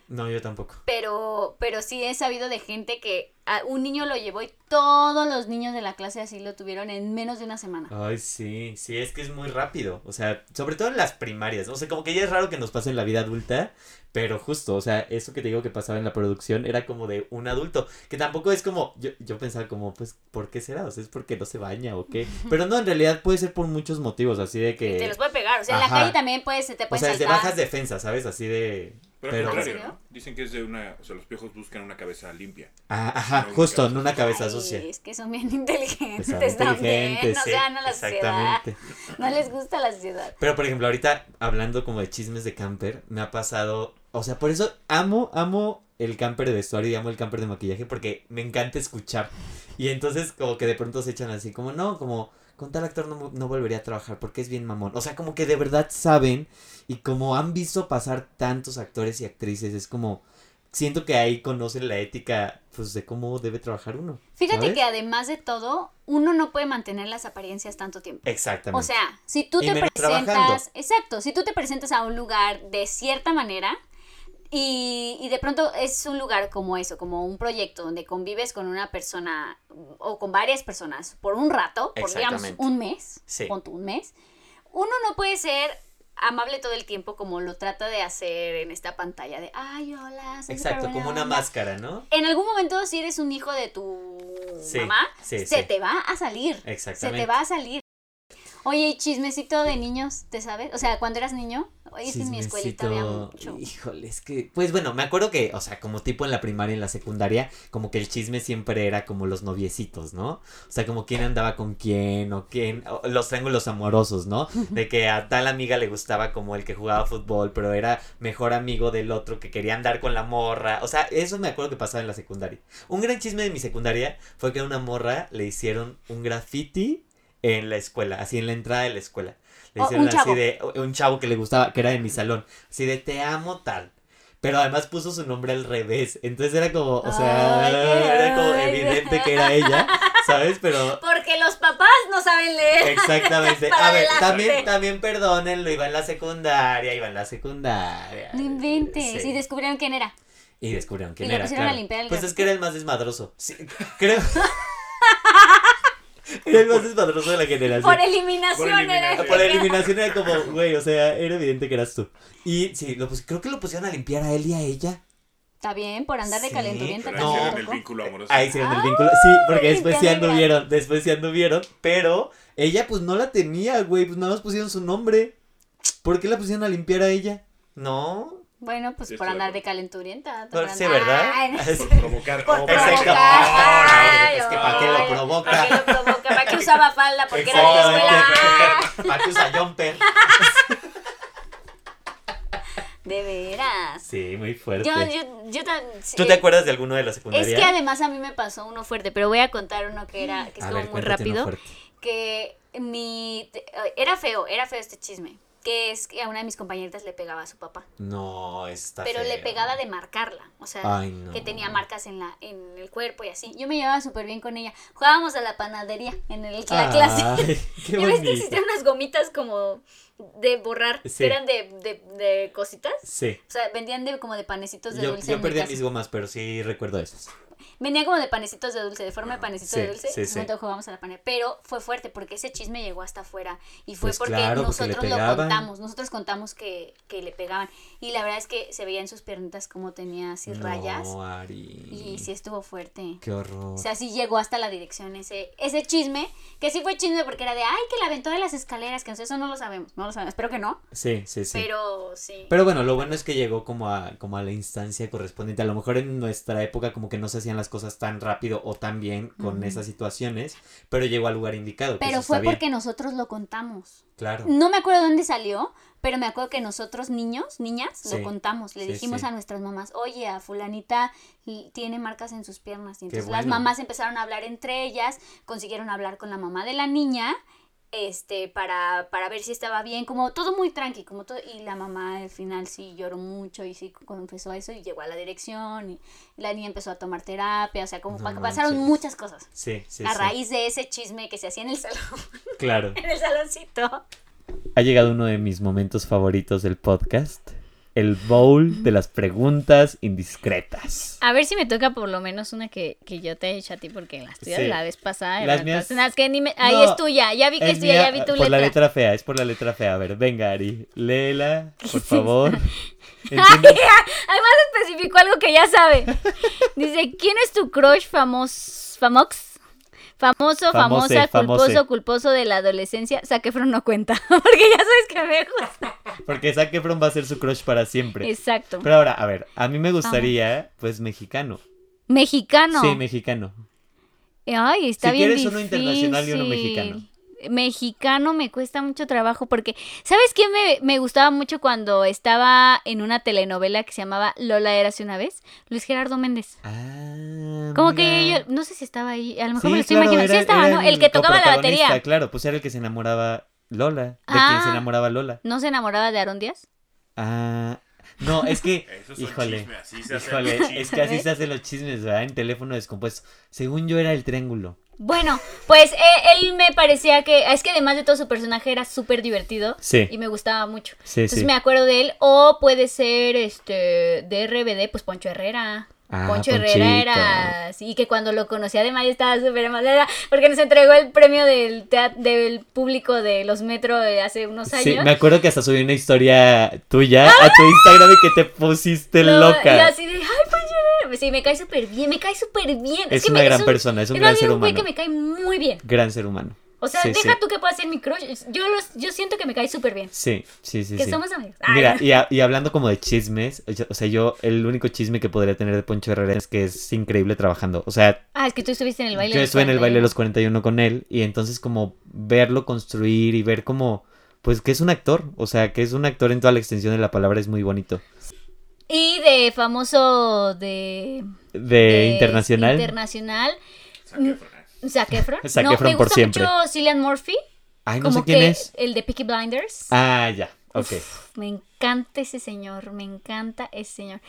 B: No, yo tampoco.
A: pero, pero sí he sabido de gente que a un niño lo llevó y todos los niños de la clase así lo tuvieron en menos de una semana.
B: Ay, sí, sí, es que es muy rápido. O sea, sobre todo en las primarias. O sea, como que ya es raro que nos pase en la vida adulta, pero justo, o sea, eso que te digo que pasaba en la producción era como de un adulto, que tampoco es como, yo, yo pensaba como, pues, ¿por qué será? O sea, es porque no se baña o qué. Pero no, en realidad puede ser por muchos motivos, así de
A: Y te los
B: que...
A: puede pegar, o sea, en la
B: Ajá.
A: calle también puedes, se te
B: O
A: pueden
B: sea, es de
A: saltar.
B: bajas defensas, ¿sabes? Así de...
C: Pero al
B: Pero-
C: contrario,
A: ¿En serio?
C: ¿no? Dicen que es de una. O sea, los piojos buscan una cabeza limpia.
B: Ah, ajá,
C: No,
B: justo,
C: cabeza
B: en una cabeza
A: Ay,
B: sucia. pues,
A: es que son bien inteligentes,
B: Están
A: también,
B: inteligentes,
A: o
B: sí,
A: sea, no la sociedad,
B: Exactamente.
A: no les gusta la sociedad.
B: Pero por ejemplo, ahorita hablando como de chismes de camper, me ha pasado, o sea, por eso amo, amo el camper de vestuario y amo el camper de maquillaje porque me encanta escuchar. Y entonces como que de pronto se echan así como, no, como con tal actor no, vo- no volvería a trabajar porque es bien mamón. O sea, como que de verdad saben y como han visto pasar tantos actores y actrices, es como, siento que ahí conocen la ética, pues, de cómo debe trabajar uno.
A: Fíjate
B: ¿sabes?
A: que además de todo, uno no puede mantener las apariencias tanto tiempo.
B: Exactamente.
A: O sea, si tú
B: Y
A: te
B: menos
A: presentas,
B: trabajando.
A: exacto, si tú te presentas a un lugar de cierta manera y, y de pronto es un lugar como eso, como un proyecto donde convives con una persona o con varias personas por un rato, por digamos
D: Exactamente.
A: un mes,
D: Sí.
A: pon tú un mes, uno no puede ser amable todo el tiempo como lo trata de hacer en esta pantalla de, ay, hola, soy
B: Exacto,
A: superbuena
B: como una
A: onda".
B: máscara, ¿no?
A: En algún momento, si eres un hijo de tu
B: Sí,
A: mamá,
B: sí,
A: se
B: sí.
A: te va a salir. Se
B: Exactamente.
A: te va a salir. Oye, y chismecito de niños, ¿te sabes? O sea, cuando eras niño, oye, es que en mi escuelita había
B: Chismecito.
A: mucho.
B: Híjole, es que. Pues bueno, me acuerdo que, o sea, como tipo en la primaria y en la secundaria, como que el chisme siempre era como los noviecitos, ¿no? O sea, como quién andaba con quién o quién. o los triángulos amorosos, ¿no? De que a tal amiga le gustaba como el que jugaba fútbol, pero era mejor amigo del otro que quería andar con la morra. O sea, eso me acuerdo que pasaba en la secundaria. Un gran chisme de mi secundaria fue que a una morra le hicieron un graffiti en la escuela, así en la entrada de la escuela. Le
A: Oh,
B: hicieron
A: un
B: así
A: chavo.
B: de eh, un chavo que le gustaba, que era de mi salón, así de te amo tal. Pero además puso su nombre al revés, entonces era como, o sea,
A: Ay, qué
B: era como
A: ay.
B: evidente que era ella, ¿sabes? Pero
A: Porque los papás no saben leer.
B: exactamente.
A: Para
B: A ver,
A: adelante.
B: también también perdónenlo, iba en la secundaria, iba en la secundaria.
A: No inventes.
B: Sí.
A: Y descubrieron quién era.
B: Y descubrieron quién
A: Y le
B: era.
A: pusieron a
B: claro.
A: limpiar el
B: pues es
A: graffiti.
B: que era el más desmadroso. Sí, creo. era el más desmadroso de la generación.
A: Por eliminación,
C: Por eliminación.
A: era el
B: Por
A: que-
B: eliminación era como, güey, o sea, era evidente que eras tú. Y sí, lo pus- creo que lo pusieron a limpiar a él y a ella.
A: Está bien, por andar de
B: Sí,
A: calenturienta.
B: pero
C: Pero
A: también
B: no.
A: me
C: ahí se ven el
A: tocó.
C: vínculo amoroso.
B: Ahí se ven el
A: Ah, Ay,
B: vínculo. Sí, porque después sí
A: qué
B: anduvieron, después sí anduvieron, pero ella pues no la tenía, güey, pues nada más pusieron su nombre. ¿Por qué la pusieron a limpiar a ella? No.
A: Bueno, pues
C: Sí,
A: por
C: estoy
A: andar
C: de
A: de calenturienta.
D: No,
A: por
D: sí,
A: andar-
D: ¿verdad?
A: Ay, ah, no.
C: Por provocar.
A: Por
C: Oh,
A: provocar.
B: Exacto.
A: Ay,
B: No, no, es que ¿para qué
A: ay.
B: lo provoca?
A: ¿Para qué lo provoca? ¿Para qué usaba falda? Porque era de la
B: Exactamente.
A: escuela.
B: ¿Para qué usa jumper?
A: De veras.
B: Sí, muy fuerte.
A: Yo, yo, yo tan-
D: ¿Tú
A: eh,
D: te acuerdas de alguno de la
A: Es
D: secundaria?
A: que además a mí me pasó uno fuerte, pero voy a contar uno que era que
B: A
A: estuvo
B: ver,
A: muy
B: cuéntate uno
A: rápido,
B: fuerte.
A: que mi te- ay, era feo, era feo este chisme, que es que a una de mis compañeritas le pegaba a su papá,
B: No, está
A: pero le
B: feo.
A: pegaba de marcarla, o sea,
B: Ay, no.
A: que tenía marcas en la en el cuerpo y así. Yo me llevaba súper bien con ella. Jugábamos a la panadería en el-
B: Ah.
A: la clase.
B: Ay, qué
A: ¿Ya ves
B: bonito.
A: que existían unas gomitas como de borrar,
B: Sí.
A: que eran de, de, de cositas?
B: Sí.
A: O sea, vendían de como de panecitos de
B: Yo,
A: dulce.
B: yo
A: en mi
B: perdí
A: casa.
B: mis gomas, pero sí recuerdo esas.
A: Venía como de panecitos de dulce, de forma de panecito
B: Sí,
A: de dulce.
B: sí,
A: en
B: sí.
A: un momento jugábamos a la panera. Pero fue fuerte porque ese chisme llegó hasta afuera. Y fue
B: Pues
A: porque
B: claro, porque le
A: nosotros lo
B: pegaban.
A: contamos. Nosotros contamos que, que le pegaban. Y la verdad es que se veía en sus piernitas como tenía así rayas.
B: No, Ari.
A: Y sí estuvo fuerte.
B: Qué horror.
A: O sea, sí llegó hasta la dirección ese, ese chisme. Que sí fue chisme porque era de, ay, que la aventó de las escaleras. Que eso no lo sabemos. No lo sabemos. Espero que no.
B: Sí, sí, sí. Pero...
A: Pero sí.
B: bueno, lo bueno es que llegó como a, como a la instancia correspondiente. A lo mejor en nuestra época como que no se hacían las cosas tan rápido o tan bien con
A: Ujú.
B: esas situaciones, pero llegó al lugar indicado. que eso
A: pero
B: pues, está
A: fue
B: bien.
A: porque nosotros lo contamos.
B: Claro.
A: No me acuerdo dónde salió, pero me acuerdo que nosotros niños, niñas,
B: Sí,
A: lo contamos. Le
B: sí,
A: dijimos
B: sí.
A: a nuestras mamás, oye, a fulanita l- tiene marcas en sus piernas. Y entonces las
B: bueno.
A: mamás empezaron a hablar entre ellas, consiguieron hablar con la mamá de la niña, este, para, para ver si estaba bien, como todo muy tranqui, como todo. Y la mamá al final sí lloró mucho y sí confesó eso y llegó a la dirección y la niña empezó a tomar terapia, o sea, como
B: No
A: pa- pasaron
B: manches.
A: muchas cosas.
B: Sí, sí,
A: a
B: sí.
A: raíz de ese chisme que se hacía en el salón,
B: Claro.
A: en el saloncito.
B: Ha llegado uno de mis momentos favoritos del podcast. El bowl de las preguntas indiscretas.
A: A ver si me toca por lo menos una que, que yo te he hecho a ti, porque las tuyas
B: Sí.
A: la vez pasada.
B: Las
A: Las
B: mías-
A: Las que ni me- Ahí
B: No,
A: es tuya, ya vi que es,
B: Es
A: tuya,
B: mía,
A: ya vi tu
B: por
A: letra.
B: la letra fea, es por la letra fea. A ver, venga, Ari, léela, por favor. Entiendo-
A: Además especificó algo que ya sabe. Dice, ¿quién es tu crush famoso, famox? Famoso,
B: Famose,
A: famosa, culposo,
B: famose.
A: culposo de la adolescencia. Saquefron no cuenta, porque ya sabes que me gusta.
B: Porque Zac Efron va a ser su crush para siempre.
A: Exacto.
B: Pero ahora, a ver, a mí me gustaría, pues, mexicano.
A: Mexicano.
B: Sí, mexicano.
A: Ay, está
B: Si
A: bien
B: quieres
A: difícil.
B: uno internacional y uno mexicano.
A: mexicano me cuesta mucho trabajo porque, ¿sabes quién me, me gustaba mucho cuando estaba en una telenovela que se llamaba Lola Érase una vez? Luis Gerardo Méndez.
B: Ah,
A: Como que
B: mira.
A: yo, no sé si estaba ahí, a lo mejor
B: Sí,
A: me lo estoy
B: claro,
A: imaginando. Sí
B: era-
A: estaba,
B: era
A: ¿no? El que tocaba la
B: coprotagonista,
A: batería.
B: Claro, pues era el que se enamoraba Lola. De
A: Ah.
B: quien se enamoraba Lola.
A: ¿No se enamoraba de Aarón Díaz?
B: Ah. No, es que.
C: Eso es
B: híjole.
C: chisme, así se hace.
B: Híjole, es que así
A: ¿Ves?
B: se hacen los chismes, ¿verdad? En teléfono descompuesto. Según yo era el triángulo.
A: Bueno, pues eh, él me parecía que, es que además de todo su personaje era súper divertido
B: Sí.
A: y me gustaba mucho.
B: Sí,
A: Entonces
B: sí.
A: me acuerdo de él. O puede ser este de RBD, pues Poncho Herrera.
B: Ah,
A: Poncho Herrera
B: Ponchito.
A: era así que cuando lo conocí además yo estaba súper emocionada porque nos entregó el premio del tea- del público de los metro de hace unos años.
B: Sí, me acuerdo que hasta subí una historia tuya a tu Instagram y que te pusiste
A: Ah. Lo-
B: loca.
A: Yo así de, ay, Poncho Herrera. Sí, me cae súper bien, me cae súper bien.
B: Es,
A: que
B: una
A: me-
B: gran
A: un-
B: persona, es un
A: es
B: gran
A: más
B: ser
A: bien un güey
B: humano.
A: que me cae muy bien.
B: Gran ser humano.
A: O sea,
B: Sí,
A: deja
B: sí.
A: tú que pueda ser mi crush. Yo, los, yo siento que me cae súper bien.
B: Sí, sí, sí.
A: que
B: sí.
A: somos amigos. Ah, Ay,
B: Mira, y, a- y hablando como de chismes, yo- o sea, yo el único chisme que podría tener de Poncho Herrera es que es increíble trabajando. O sea,
A: Ah, es que tú estuviste en el baile.
B: yo
A: de
B: estuve en el
A: 41.
B: baile de los 41 con él y entonces como verlo construir y ver como, pues que es un actor, o sea, que es un actor en toda la extensión de la palabra es muy bonito.
A: Y de famoso de...
B: De,
A: de
B: Eh, internacional.
A: Internacional.
C: Zac
A: Mm.
C: Efron.
A: Zac Efron.
B: Zac
A: no,
B: Efron
A: me
B: por
A: gusta
B: siempre.
A: mucho Cillian Murphy.
B: Ay, no
A: como
B: sé quién
A: que
B: es.
A: el de Peaky Blinders.
B: Ah, ya, ok.
A: Uf, me encanta ese señor, me encanta ese señor.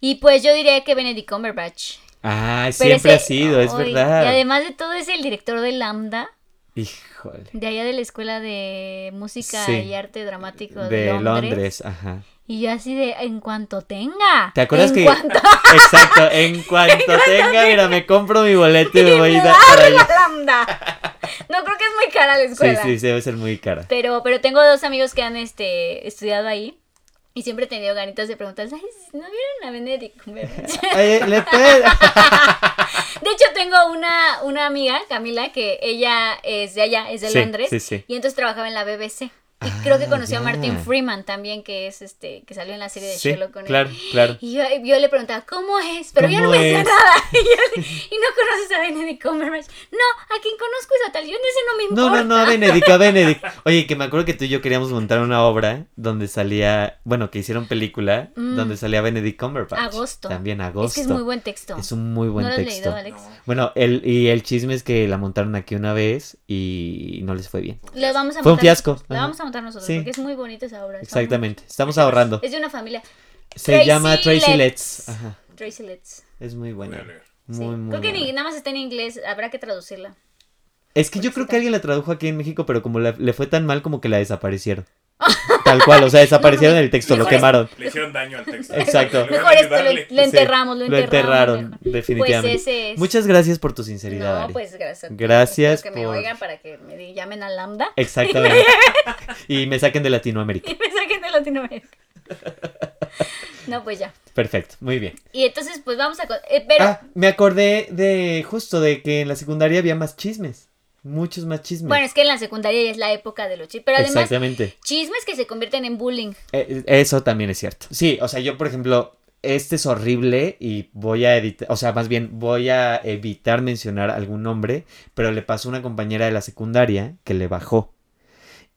A: Y pues yo diría que Benedict Cumberbatch.
B: Ah,
A: Pero
B: siempre ha
A: ese-
B: sido, es
A: ay,
B: verdad.
A: Y además de todo es el director de Lambda,
B: Híjole.
A: de allá de la Escuela de Música
B: Sí.
A: y Arte Dramático de,
B: De
A: Londres.
B: Londres, ajá.
A: Y yo así de, en cuanto tenga.
B: ¿Te acuerdas
A: en
B: que-
A: cuanto
B: Exacto, en cuanto tenga, mira, me compro mi boleto y me voy a ir a- para allá.
A: lambda. No creo que es muy cara la
B: Sí,
A: escuela.
B: sí, sí, debe ser muy cara.
A: Pero, pero tengo dos amigos que han este, estudiado ahí. Y siempre he tenido ganitas de preguntas. Ay, ¿no vieron a Benedict Cumberbatch?"
B: Ay, le puedes-
A: De hecho, tengo una, una amiga, Camila, que ella es de allá, es de
B: Sí,
A: Londres.
B: sí, sí.
A: Y entonces trabajaba en la BBC. Y
B: Ah,
A: creo que conoció a
B: ya.
A: Martin Freeman también, que es este, que salió en la serie de
B: Sí,
A: Sherlock con él.
B: claro, claro.
A: Y yo, yo le preguntaba, ¿cómo es? Pero ya no
B: ¿Cómo
A: me decía
B: es?
A: nada. Y, yo le- y no conoces a Benedict Cumberbatch. No, a quien conozco es a tal. Yo en ese no me
B: No,
A: importa.
B: no, no, a Benedict, a Benedict. Oye, que me acuerdo que tú y yo queríamos montar una obra donde salía, bueno, que hicieron película,
A: Mm.
B: donde salía Benedict Cumberbatch.
A: Agosto.
B: También agosto.
A: Es que es muy buen texto.
B: Es un muy buen
A: ¿No lo has
B: texto.
A: leído, Alex?
B: Bueno, el, y el chisme es que la montaron aquí una vez y no les fue bien.
A: Lo vamos a
B: Fue un
A: montar-
B: fiasco.
A: La
B: Ajá.
A: vamos a montar nosotros
B: Sí.
A: porque es muy bonita esa obra. está muy-
B: Exactamente. Estamos ahorrando.
A: Es de una familia.
B: Se
A: Tracy
B: llama Tracy
A: Letts.
B: Letts. Ajá.
A: Tracy Letts.
B: Es muy
C: Voy a
B: buena.
C: leer.
B: Muy,
A: Sí.
B: muy
A: creo que ni,
B: buena.
A: nada más está en inglés, habrá que traducirla.
B: Es que yo creo que alguien la tradujo aquí en México, pero como la- le fue tan mal como que la desaparecieron. Tal cual, o sea, desaparecieron el texto, lo
A: Mejor es-
B: quemaron.
C: Le hicieron daño al texto.
B: Exacto.
C: En lugar
A: Mejor
C: de
A: esto lo,
C: ayudarle,
A: lo enterramos,
B: Sí,
A: lo enterraron.
B: enterraron,
A: mejor.
B: definitivamente.
A: Pues ese es.
B: Muchas gracias por tu sinceridad.
A: No,
B: Ari.
A: pues gracias. a ti.
B: Gracias
A: Espero Que me
B: por-
A: oigan para que me di- llamen a Lambda
B: Exactamente. y me saquen de Latinoamérica.
A: y me saquen de Latinoamérica. No, pues ya.
B: Perfecto, muy bien.
A: Y entonces, pues vamos a. co- eh, pero.
B: Ah, me acordé de justo de que en la secundaria había más chismes. Muchos más chismes.
A: Bueno, es que en la secundaria ya es la época de los chismes. Pero además,
B: Exactamente.
A: chismes que se convierten en bullying.
B: Eh, Eso también es cierto. Sí, o sea, yo, por ejemplo, este es horrible y voy a editar, o sea, más bien voy a evitar mencionar algún nombre, pero le pasó a una compañera de la secundaria que le bajó.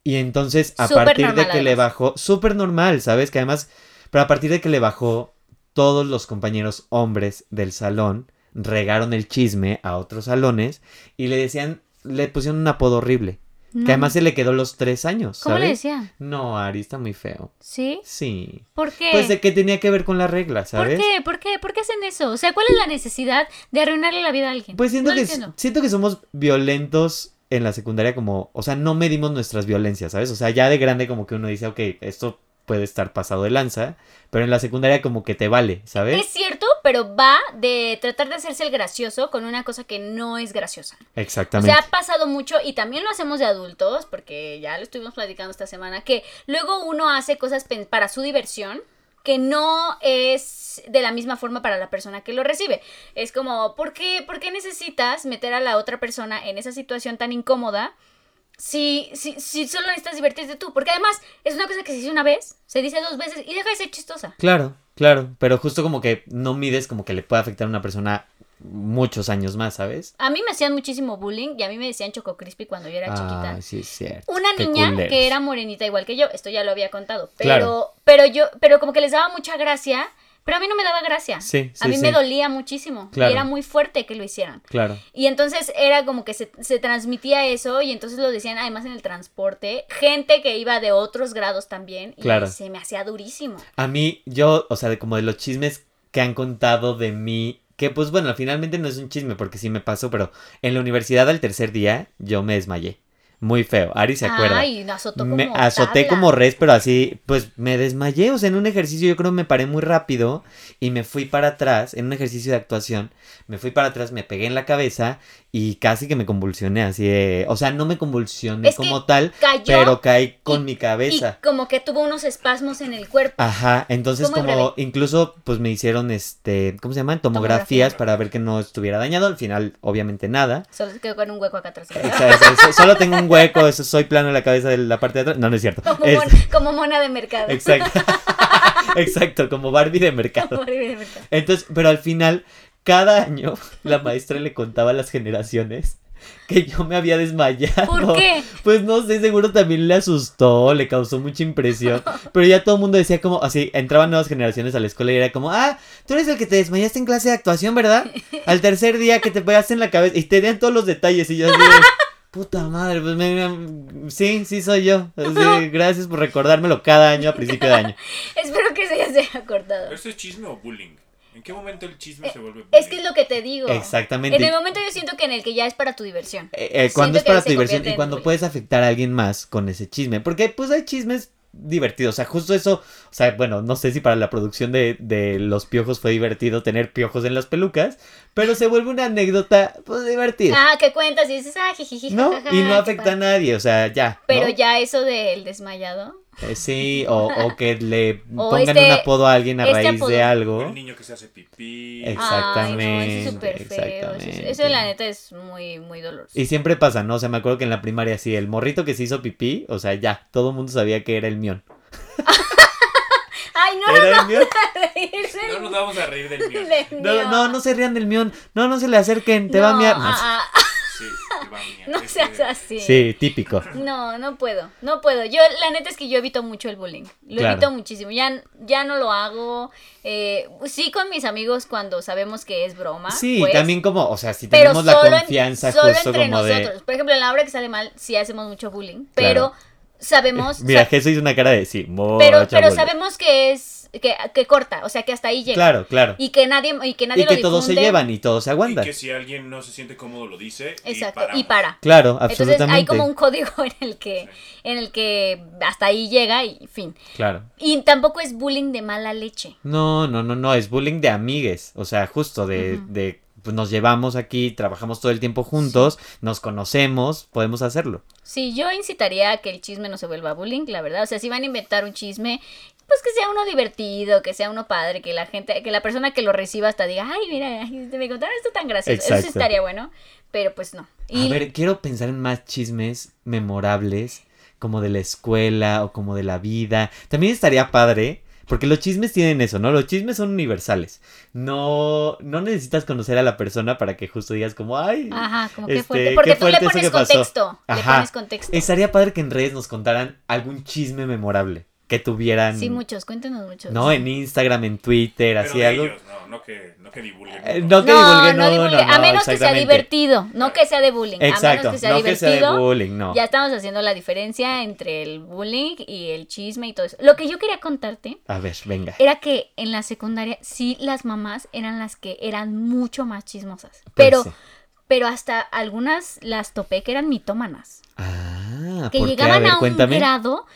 B: Y entonces, a
A: Súper
B: partir
A: normal,
B: de que le
A: además.
B: bajó, súper normal, ¿sabes? Que además, pero a partir de que le bajó, todos los compañeros hombres del salón regaron el chisme a otros salones y le decían, le pusieron un apodo horrible,
A: No.
B: que además se le quedó los tres años.
A: Mm. ¿Cómo le
B: ¿sabes?
A: decían?
B: No, Ari, está muy feo.
A: ¿Sí?
B: Sí.
A: ¿Por qué?
B: Pues de que tenía que ver con la regla, ¿sabes?
A: ¿Por qué? ¿Por qué? ¿Por qué hacen eso? O sea, ¿cuál es la necesidad de arruinarle la vida a alguien?
B: Pues siento
A: No lo
B: que
A: entiendo.
B: siento que somos violentos en la secundaria como, o sea, no medimos nuestras violencias, ¿sabes? O sea, ya de grande como que uno dice, ok, esto puede estar pasado de lanza, pero en la secundaria como que te vale, ¿sabes?
A: Es cierto, pero va de tratar de hacerse el gracioso con una cosa que no es graciosa. O
B: Exactamente.
A: sea, ha pasado mucho y también lo hacemos de adultos, porque ya lo estuvimos platicando esta semana, que luego uno hace cosas pen- para su diversión que no es de la misma forma para la persona que lo recibe. Es como, ¿por qué, por qué necesitas meter a la otra persona en esa situación tan incómoda? Si, si, si solo necesitas divertirte tú, porque además es una cosa que se dice una vez, se dice dos veces y deja de ser chistosa.
B: Claro, claro, pero justo como que no mides como que le puede afectar a una persona muchos años más, ¿sabes?
A: A mí me hacían muchísimo bullying y a mí me decían Choco Crispy cuando yo era chiquita.
B: Ah, sí, es cierto.
A: Una
B: Qué
A: niña
B: culeros.
A: que era morenita igual que yo, esto ya lo había contado, pero
B: Claro.
A: pero yo pero como que les daba mucha gracia, pero a mí no me daba gracia.
B: Sí, sí,
A: a mí
B: sí.
A: me dolía muchísimo
B: Claro.
A: y era muy fuerte que lo hicieran.
B: Claro.
A: Y entonces era como que se, se transmitía eso y entonces lo decían además en el transporte, gente que iba de otros grados también y
B: Claro.
A: se me hacía durísimo.
B: A mí, yo, o sea, de como de los chismes que han contado de mí, que pues bueno, finalmente no es un chisme porque sí me pasó, pero en la universidad al tercer día yo me desmayé. Muy feo. Ari se acuerda.
A: Ay, me azotó como
B: me azoté
A: tabla.
B: como res, pero así, pues me desmayé, o sea, en un ejercicio yo creo me paré muy rápido y me fui para atrás, en un ejercicio de actuación, me fui para atrás, me pegué en la cabeza y casi que me convulsioné, así de, o sea, no me convulsioné
A: Es que
B: como tal,
A: cayó
B: pero caí con
A: y-
B: mi
A: y
B: cabeza.
A: como que tuvo unos espasmos en el cuerpo.
B: Ajá, entonces
A: Fue muy
B: como
A: breve.
B: incluso pues me hicieron este, ¿cómo se llaman? Tomografías
A: Tomografía.
B: para ver que no estuviera dañado, al final obviamente nada.
A: Solo se quedó con un hueco acá atrás.
B: O sea, es- es- solo tengo un hueco, eso soy plano en la cabeza de la parte de atrás. No, no es cierto.
A: Como,
B: Es-
A: mon- como mona de mercado.
B: Exacto. Exacto, como Barbie de
A: Como
B: mercado.
A: mona de mercado.
B: Entonces, pero al final, cada año la maestra le contaba a las generaciones que yo me había desmayado.
A: ¿Por qué?
B: Pues no sé, seguro también le asustó, le causó mucha impresión. Pero ya todo el mundo decía como, así, entraban nuevas generaciones a la escuela y era como, ah, tú eres el que te desmayaste en clase de actuación, ¿verdad? Al tercer día que te pegaste en la cabeza y te dan todos los detalles y yo así... de, Puta madre, pues me, me- sí, sí soy yo. Así, gracias por recordármelo cada año a principio de año.
A: Espero que se haya acordado.
C: ¿Pero ¿Esto es chisme o bullying? ¿En qué momento el chisme se vuelve bullying?
A: Eh, Es que es lo que te digo.
B: Exactamente.
A: En el momento yo siento que en el que ya es para tu diversión.
B: Eh, eh,
A: Siento
B: cuando es
A: que
B: para
A: se
B: tu diversión
A: convierte
B: y
A: en
B: cuando
A: bullying.
B: puedes afectar a alguien más con ese chisme. Porque pues hay chismes divertidos. O sea, justo eso. O sea, bueno, no sé si para la producción de, de los piojos fue divertido tener piojos en las pelucas. Pero se vuelve una anécdota pues divertida.
A: Ah, que cuentas y dices, ah, jijiji.
B: ¿No?
A: jajaja,
B: Y no
A: qué
B: afecta a
A: padre.
B: nadie. O sea, ya. ¿no?
A: Pero ya eso del desmayado.
B: Eh, sí, o, o que le
A: O
B: pongan
A: este-
B: un apodo a alguien a
A: este
B: raíz de
A: apodo.
B: algo.
C: El niño que se hace pipí.
B: Exacto.
A: Ay, no, eso
B: Exactamente,
A: es súper feo. Eso, es- eso
B: exactamente.
A: la neta es muy, muy doloroso.
B: Y siempre pasa, ¿no? O sea, me acuerdo que en la primaria sí, el morrito que se hizo pipí, o sea, ya, todo el mundo sabía que era el mión.
A: Ay, no,
B: ¿Era el mión?
C: No nos vamos a reír del mío.
B: No, no, no se rían del mión. No, no se le acerquen, te va a
A: No,
B: miar. Ah,
A: ah, ah,
C: Sí, te va a este miar.
A: no
C: Es
A: seas
B: Este,
C: que-
A: así.
B: Sí, típico.
A: No, no puedo, no puedo. Yo, la neta es que yo evito mucho el bullying. Lo
B: Claro.
A: evito muchísimo. Ya, ya no lo hago. Eh, sí con mis amigos cuando sabemos que es broma.
B: Sí,
A: pues,
B: también como, o sea, si
A: Pero
B: tenemos
A: solo,
B: la
A: en-
B: confianza
A: solo
B: justo
A: entre
B: como
A: nosotros.
B: de...
A: Por ejemplo, en la obra que sale mal, sí hacemos mucho bullying.
B: Claro.
A: Pero sabemos.
B: Mira,
A: sa-
B: Jesús hizo una cara de sí, mucho
A: pero, pero
B: bullying.
A: sabemos que es. Que, que corta, o sea que hasta ahí llega.
B: Claro, claro. Y,
A: Y que nadie, y que nadie lo
B: que todos se
A: difunde.
B: llevan y todos se
C: Y
B: aguantan.
C: que si alguien no se siente cómodo lo dice.
A: Exacto.
C: Y,
A: Y para.
B: Claro,
A: Entonces
B: absolutamente.
A: hay como un código en el
C: ¿eh?
A: que, en el que hasta ahí llega y fin.
B: Claro.
A: Y tampoco es bullying de mala leche.
B: No, no, no, no, es bullying de amigues, o sea, justo de, de pues, nos llevamos aquí, trabajamos todo el tiempo juntos, nos conocemos, podemos hacerlo.
A: Sí, yo incitaría a que el chisme no se vuelva bullying, la verdad. O sea, si van a inventar un chisme, pues que sea uno divertido, que sea uno padre, que la gente, que la persona que lo reciba hasta diga, ay, mira, ay, este me contaron esto tan gracioso. Eso sí
B: Exacto.
A: estaría bueno, pero pues no. Y
B: A ver, quiero pensar en más chismes memorables, como de la escuela o como de la vida. También estaría padre, porque los chismes tienen eso, ¿no? Los chismes son universales. No, no necesitas conocer a la persona para que justo digas como, ay,
A: Ajá, como que
B: Este,
A: fuerte. Porque
B: qué
A: tú
B: fuerte
A: le
B: eso
A: pones
B: que pasó.
A: contexto. Le
B: Ajá.
A: pones contexto.
B: estaría padre que en redes nos contaran algún chisme memorable que tuvieran.
A: Sí, muchos, cuéntanos muchos.
B: No, en Instagram, en Twitter,
C: Pero
B: así
C: de
B: algo.
C: ellos, no, no que, no que divulguen.
B: Eh,
C: ¿no?
B: no que divulgue, no,
A: divulgue,
B: no,
A: a
B: no,
A: menos que sea
B: exactamente.
A: divertido, no que sea de bullying. a
B: Exacto,
A: menos que sea
B: no que
A: divertido.
B: sea de bullying, no.
A: Ya estamos haciendo la diferencia entre el bullying y el chisme y todo eso. Lo que yo quería contarte
B: A ver, venga.
A: era que en la secundaria sí las mamás eran las que eran mucho más chismosas.
B: Pues
A: Pero,
B: sí.
A: pero hasta algunas las topé que eran mitómanas.
B: Ah,
A: Que
B: ¿por qué?
A: llegaban
B: ver,
A: a un
B: cuéntame.
A: grado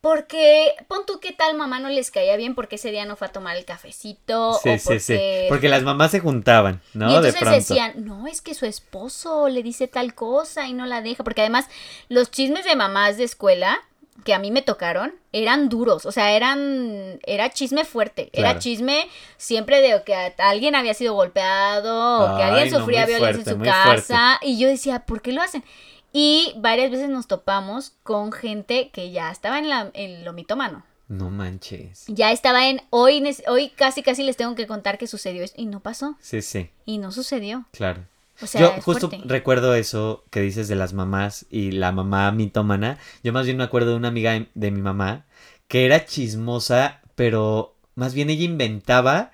A: porque pon tú qué tal mamá no les caía bien porque ese día no fue a tomar el cafecito o
B: Sí, sí,
A: porque
B: sí. Porque las mamás se juntaban, ¿no?
A: y
B: de
A: entonces
B: pronto.
A: decían, no, es que su esposo le dice tal cosa y no la deja. Porque además, los chismes de mamás de escuela que a mí me tocaron eran duros. O sea, eran. Era chisme fuerte.
B: Claro.
A: Era chisme siempre de que a- alguien había sido golpeado o que
B: Ay,
A: alguien
B: no,
A: sufría
B: muy
A: violencia
B: fuerte,
A: en su
B: muy
A: casa. Y yo decía, ¿por qué lo hacen? Y varias veces nos topamos con gente que ya estaba en, la, en lo mitómano.
B: No manches.
A: Ya estaba en hoy, nes- hoy casi casi les tengo que contar que sucedió esto y no pasó
B: Sí, sí,
A: y no sucedió.
B: claro.
A: O sea,
B: yo
A: es
B: justo
A: fuerte.
B: recuerdo eso que dices de las mamás y la mamá mitómana. Yo más bien me acuerdo de una amiga de- de mi mamá que era chismosa, pero más bien ella inventaba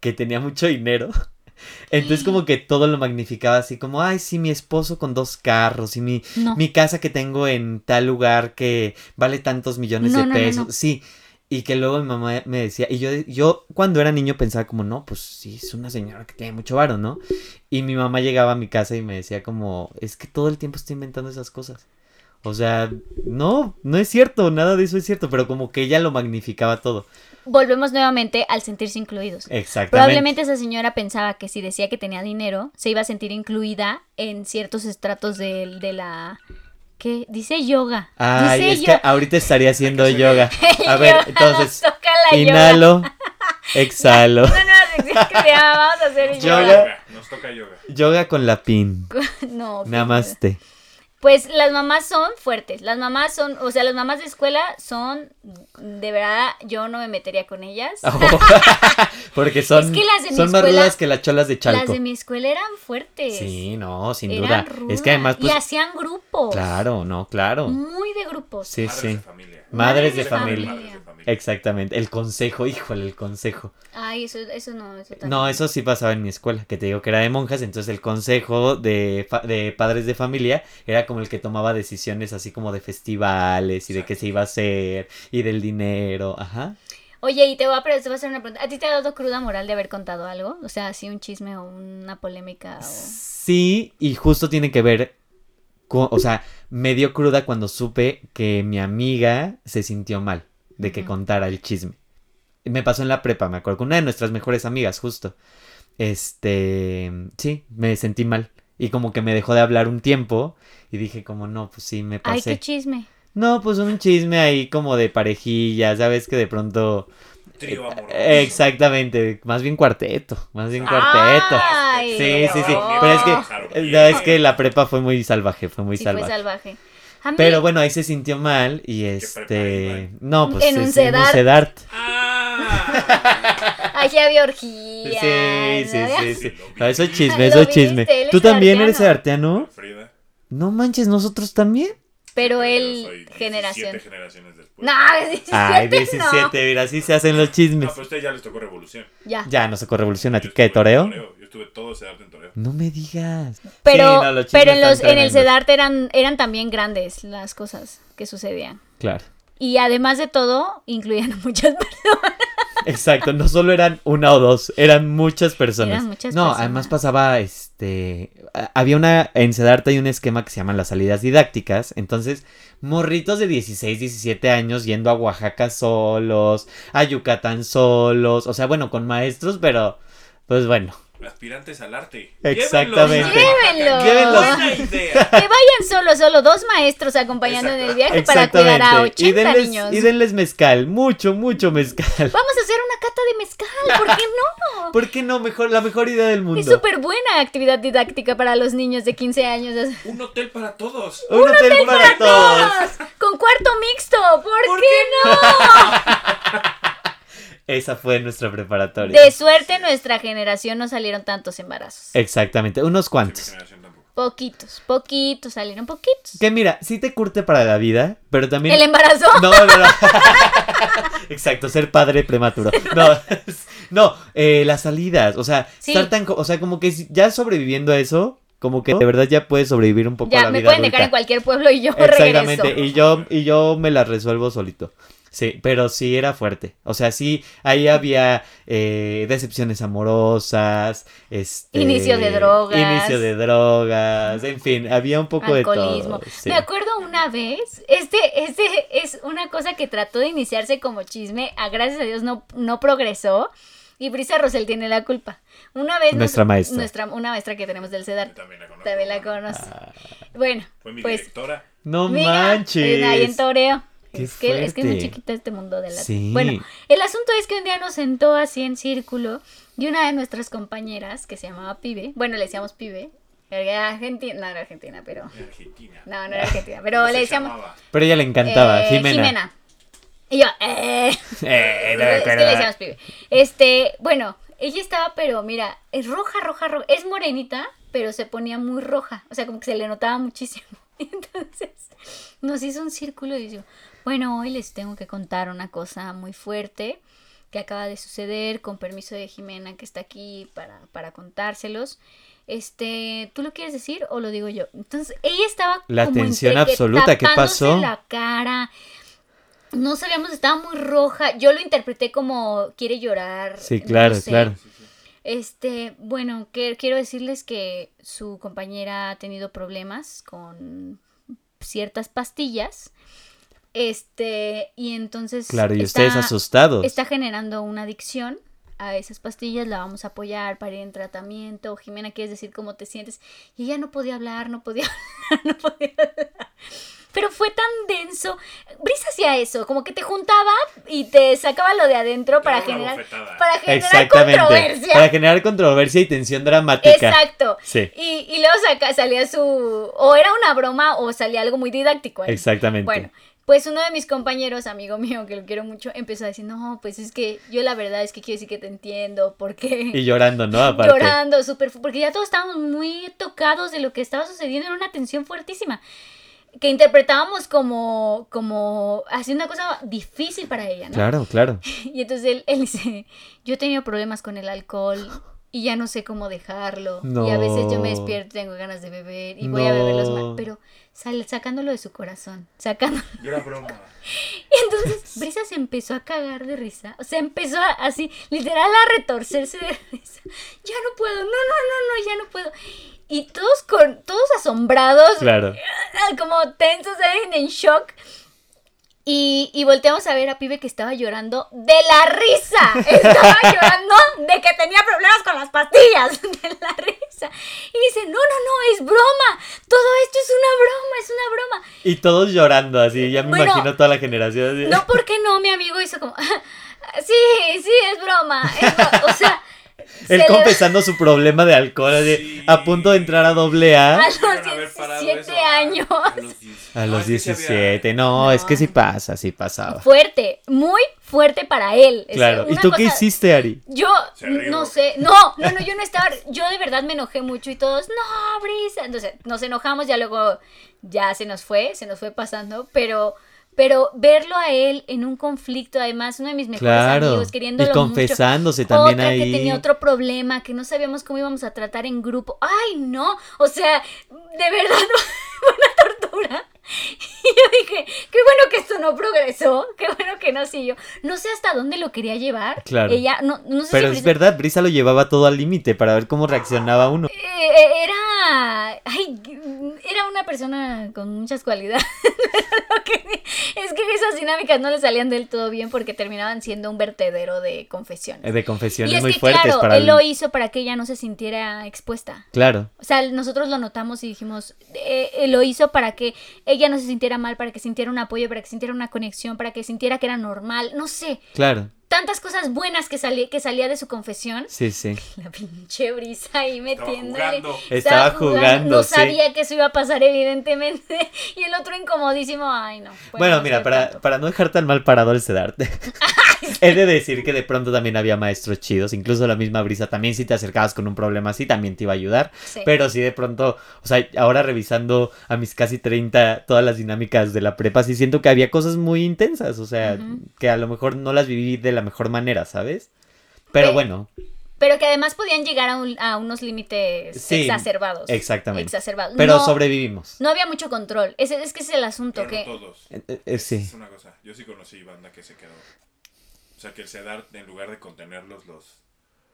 B: que tenía mucho dinero. Entonces como que todo lo magnificaba así como, ay, sí, mi esposo con dos carros y mi,
A: no.
B: mi casa que tengo en tal lugar que vale tantos millones
A: No,
B: de
A: no, no,
B: pesos.
A: no.
B: Sí. Y que luego mi mamá me decía, y yo, yo cuando era niño pensaba como, no, pues sí, es una señora que tiene mucho varo, ¿no? Y mi mamá llegaba a mi casa y me decía como, es que todo el tiempo está inventando esas cosas. O sea, no, no es cierto, nada de eso es cierto, pero como que ella lo magnificaba todo.
A: Volvemos nuevamente al sentirse incluidos.
B: Exactamente.
A: Probablemente esa señora pensaba que si decía que tenía dinero, se iba a sentir incluida en ciertos estratos del- de, la... ¿Qué? Dice yoga.
B: Ay,
A: Dice
B: es
A: yo-
B: que ahorita estaría haciendo yoga. A ver,
A: yoga,
B: entonces,
A: nos toca la yoga.
B: inhalo, exhalo.
A: Una nueva sección que se llama Vamos a hacer yoga.
B: Yoga.
C: Nos toca yoga.
B: Yoga con la pin.
A: No. qué miedo.
B: Namaste.
A: Pues las mamás son fuertes. Las mamás son, o sea, las mamás de escuela son, de verdad, yo no me metería con ellas.
B: Ah, Porque son,
A: Oh. Es que las de mi
B: son más
A: escuela-
B: rudas que las cholas de
A: Las
B: Chalco.
A: de mi escuela eran fuertes.
B: Sí, no, sin duda.
A: Eran
B: Es que además,
A: rudas,
B: pues.
A: Y Mm. hacían grupos.
B: Claro, no, claro.
A: Muy de grupos.
B: Sí,
C: Madres
B: sí.
C: de familia.
B: Madres
A: de
C: Madres
A: familia.
C: Madres de familia.
B: Exactamente. El consejo, híjole, el consejo.
A: Ay, eso, eso no. Eso también.
B: No, eso sí pasaba en mi escuela, que te digo que era de monjas, entonces el consejo de, fa- de padres de familia era como el que tomaba decisiones así como de festivales y de qué se iba a hacer y del dinero, ajá.
A: Oye, y te voy, a, pre- te voy a hacer una pregunta. ¿A ti te ha dado cruda moral de haber contado algo? O sea, así un chisme o una polémica. O...
B: Sí, y justo tiene que ver, con, o sea, me dio cruda cuando supe que mi amiga se sintió mal de que
A: Ujú.
B: contara el chisme. Me pasó en la prepa, me acuerdo, con una de nuestras mejores amigas, justo. Este, sí, me sentí mal. Y como que me dejó de hablar un tiempo y dije como, no, pues sí, me
A: Ay,
B: pasé.
A: qué chisme.
B: no, pues un chisme ahí como de parejillas, ¿sabes? Que de pronto...
C: Trío amoroso.
B: Exactamente, más bien cuarteto, más bien cuarteto.
A: Ay,
B: Sí, sí, sí.
A: no.
B: Pero es que,
C: Claro,
B: eh,
C: bien.
B: no, es que la prepa fue muy salvaje, fue muy
A: Sí,
B: salvaje.
A: fue salvaje. A mí-
B: Pero bueno, ahí se sintió mal y
C: prepa
B: este...
C: iba?
B: No, pues
A: En
B: es-
A: un
B: en un
A: Sedart.
B: Sedart.
C: Ah.
A: Aquí había orgías.
B: Sí, sí,
A: había-
B: sí, sí.
C: Sí, lo vi.
B: No, eso es chisme,
A: Lo
B: eso es
A: viste,
B: chisme.
A: él es
B: ¿Tú también eres
C: Ah,
B: sedarteano?
C: Frida.
B: No manches, ¿nosotros también?
A: Pero
C: Yo soy
A: él,
C: 17
A: generación.
C: generaciones después.
A: No, es 17.
B: Ay,
A: no.
B: 17, mira, así se hacen los
C: No,
B: chismes.
C: pero a usted ya les tocó revolución.
A: Ya.
B: Ya, no se revolución a
C: Yo
B: ti que
C: estuve en
B: toreo.
C: Yo estuve todo ese arte en toreo.
B: No me digas.
A: Pero,
B: Sí, no, los chismes
A: pero en, los,
B: están
A: en el
B: tremendos.
A: Sedarte eran, eran también grandes las cosas que sucedían.
B: Claro.
A: Y además de todo, incluían a muchas personas.
B: Exacto, no solo eran una o dos, eran muchas personas.
A: Eran muchas
B: no,
A: personas.
B: además pasaba, este, a- había una, en Sedarte hay un esquema que se llaman las salidas didácticas, entonces, morritos de 16, 17 años yendo a Oaxaca solos, a Yucatán solos, o sea, bueno, con maestros, pero, pues bueno,
C: Aspirantes al arte.
B: Exactamente.
C: Llévenlos.
B: Llévenlos.
C: Buena idea.
A: Que vayan solo, solo dos maestros acompañando en el viaje para cuidar a 80
B: y, denles,
A: niños.
B: y denles mezcal, mucho, mucho mezcal.
A: Vamos a hacer una cata de mezcal, ¿por qué no?
B: ¿Por qué no? Mejor, la mejor idea del mundo.
A: Es súper buena actividad didáctica para los niños de 15 años.
C: Un hotel para todos.
B: Un hotel para todos.
A: Con cuarto mixto, ¿por, qué,
B: Esa fue nuestra
A: no?
B: preparatoria.
A: De suerte en nuestra generación no salieron tantos embarazos.
B: Eh. Exactamente, unos
C: Sí, mi
B: cuantos.
C: generación tampoco.
A: Poquitos, poquitos, salieron poquitos.
B: Que mira, sí te curte para la vida, pero también...
A: ¿El em- embarazo?
B: No, no, no. Exacto, ser padre prematuro. No, no eh, las salidas, o sea,
A: Sí.
B: estar tan... co- O sea, como que si- ya sobreviviendo a eso, como que de verdad ya puedes sobrevivir un poco a
A: Ya,
B: la
A: me
B: vida
A: pueden dejar en
B: adulta.
A: cualquier pueblo y yo regreso.
B: Exactamente, y yo, y yo me las resuelvo solito. Sí, pero sí era fuerte. O sea, sí, ahí había eh, decepciones amorosas, este...
A: Inicio de drogas.
B: Inicio de drogas, en fin, había un poco
A: Alcoholismo.
B: de todo. sí.
A: Me acuerdo una vez, este, este es una cosa que trató de iniciarse como chisme, a gracias a Dios no, no progresó. Y Brisa Rosel tiene la culpa. Una vez nos-
B: Nuestra maestra. Ah.
A: nuestra- una maestra que tenemos del
C: Yo
A: CEDAR.
C: También la conozco.
A: También la
C: hermano.
A: conoce. Bueno,
C: Fue mi
A: pues.
C: directora.
B: No
A: mira, eh,
B: manches.
A: Ahí en Toreo.
B: Qué
A: Es que, es que es muy
B: fuerte.
A: chiquito este mundo de la.
B: Sí.
A: Bueno, el asunto es que un día nos sentó así en círculo y una de nuestras compañeras, que se llamaba Pibe, bueno, le decíamos Pibe, era argentina, no era argentina, pero.
C: en Argentina.
A: No, no era argentina, pero
C: ¿Cómo
A: le
C: se
A: decíamos.
C: llamaba?
B: Pero a ella le encantaba,
A: eh,
B: Jimena.
A: Y yo, eh.
B: Eh, no me
A: Es que le
B: acuerdo.
A: decíamos pibe. Este, bueno, ella estaba, pero mira, es roja, roja, roja. Es morenita, pero se ponía muy roja. O sea, como que se le notaba muchísimo. Y entonces nos hizo un círculo y yo, bueno, hoy les tengo que contar una cosa muy fuerte que acaba de suceder, con permiso de Jimena que está aquí para, para contárselos. Este, ¿tú lo quieres decir o lo digo yo? Entonces, ella estaba
B: La
A: como
B: tensión
A: entre que
B: absoluta, ¿qué
A: tapándose
B: pasó?
A: la cara. No sabíamos, estaba muy roja. Yo lo interpreté como quiere llorar.
B: Sí,
A: no
B: claro,
A: sé.
B: claro.
A: Este, bueno, que- quiero decirles que su compañera ha tenido problemas con ciertas pastillas. Este, y entonces.
B: Claro, y ustedes
A: está-
B: asustados.
A: Está generando una adicción a esas pastillas, la vamos a apoyar para ir en tratamiento. Jimena, ¿quieres decir cómo te sientes? Y ella no podía hablar, no podía hablar, no podía hablar. Pero fue tan denso. Brisa hacía eso, como que te juntaba y te sacaba lo de adentro para
C: Te daba una
A: generar,
C: bofetada.
A: para generar
B: Exactamente.
A: controversia.
B: Para generar controversia y tensión dramática.
A: Exacto.
B: Sí,
A: Y, y luego saca- salía su... o era una broma o salía algo muy didáctico. ahí.
B: exactamente.
A: Bueno, pues uno de mis compañeros, amigo mío, que lo quiero mucho, empezó a decir, no, pues es que yo la verdad es que quiero decir que te entiendo,
B: Y
A: porque
B: llorando, ¿no? Aparte.
A: llorando, súper, fu- porque ya todos estábamos muy tocados de lo que estaba sucediendo, era una tensión fuertísima, que interpretábamos como, como, así una cosa difícil para ella, ¿no?
B: Claro, claro.
A: Y entonces él, él dice, yo he tenido problemas con el alcohol y ya no sé cómo dejarlo. Y a veces yo me
B: No.
A: despierto, tengo ganas de beber y voy a beber los mal.
B: No.
A: Pero sal- sacándolo de su corazón, sacándolo.
C: Yo era broma.
A: Y entonces Brisa se empezó a cagar de risa. O sea, empezó a- así, literal, a retorcerse de risa. Ya no puedo, no, no, no, no, ya no puedo. Y todos, con, todos asombrados, ah,
B: Claro.
A: como tensos, ¿saben? en shock. Y, y volteamos a ver a Pibe que estaba llorando de la risa. Estaba llorando de que tenía problemas con las pastillas. De la risa. Y dice, no, no, no, es broma. Todo esto es una broma, es una broma.
B: Y todos llorando, así. Ya me
A: Bueno,
B: imagino toda la generación. así.
A: No, ¿por qué no? Mi amigo hizo como, "Ah, sí, sí, es broma. es bro-". O sea,
B: Él
A: se le-
B: confesando su problema de alcohol, así,
C: Sí.
B: a punto de entrar a doble A.
A: a los
C: Debieron haber parado
A: 17
C: eso a-
A: años.
C: A
B: A los
C: los 17. No, es que sí había-
B: 17. No, es que sí pasa, sí pasaba.
A: Fuerte, muy fuerte para él. Es
B: Claro. ¿Y
A: una
B: tú qué
A: cosa-
B: hiciste, Ari?
A: Yo
C: Se rió.
A: no sé, no, no, no, yo no estaba, yo de verdad me enojé mucho y todos, no, Brisa, entonces nos enojamos, ya luego ya se nos fue, se nos fue pasando, pero, pero verlo a él en un conflicto, además, uno de mis mejores
B: Claro.
A: amigos,
B: Y
A: queriéndolo mucho,
B: confesándose también
A: otra
B: ahí.
A: que tenía otro problema, que no sabíamos cómo íbamos a tratar en grupo, ay, no, o sea, de verdad, una tortura. Y yo dije, qué bueno que esto no progresó, qué bueno que no siguió. No sé hasta dónde lo quería llevar.
B: Claro.
A: Ella, no, no sé
B: Pero
A: si
B: es
A: Brisa-
B: verdad, Brisa lo llevaba todo al límite para ver cómo reaccionaba uno.
A: Eh, era. Ay, era una persona con muchas cualidades. Lo que- es que esas dinámicas no le salían del todo bien porque terminaban siendo un vertedero de confesiones.
B: De
A: y
B: confesiones
A: es
B: muy
A: que,
B: fuertes
A: claro,
B: para
A: él
B: el-
A: lo hizo para que ella no se sintiera expuesta.
B: Claro,
A: O sea, nosotros lo notamos y dijimos, eh, eh, lo hizo para que ella no se sintiera mal, para que sintiera un apoyo, para que sintiera una conexión, para que sintiera que era normal, no sé.
B: claro.
A: Tantas cosas buenas que, sali- que salía de su confesión.
B: Sí, sí.
A: La pinche brisa ahí
C: Estaba
A: metiéndole.
C: jugando.
B: Estaba jugando,
A: no
B: sí.
A: sabía que eso iba a pasar, evidentemente. Y el otro incomodísimo, ay, no.
B: Bueno,
A: no
B: mira,
A: sé
B: para,
A: tanto.
B: para no dejar tan mal parado el sedarte, he de decir que de pronto también había maestros chidos, incluso la misma Brisa también si te acercabas con un problema así también te iba a ayudar,
A: Sí.
B: pero sí de pronto, o sea, ahora revisando a mis casi 30 todas las dinámicas de la prepa, sí siento que había cosas muy intensas, o sea,
A: Ujú.
B: que a lo mejor no las viví de la mejor manera, ¿sabes? Pero
A: Pe-
B: bueno,
A: Pero que además podían llegar a, un- a unos límites
B: Sí,
A: exacerbados.
B: exactamente.
A: Exacerbados.
B: pero
A: no,
B: sobrevivimos.
A: no había mucho control. Ese, es que ese es el asunto.
C: Pero
A: que
C: no todos.
B: Eh, eh, eh, sí.
C: Es una cosa. Yo sí conocí banda que se quedó. O sea, que el CEDAR, en lugar de contenerlos, los.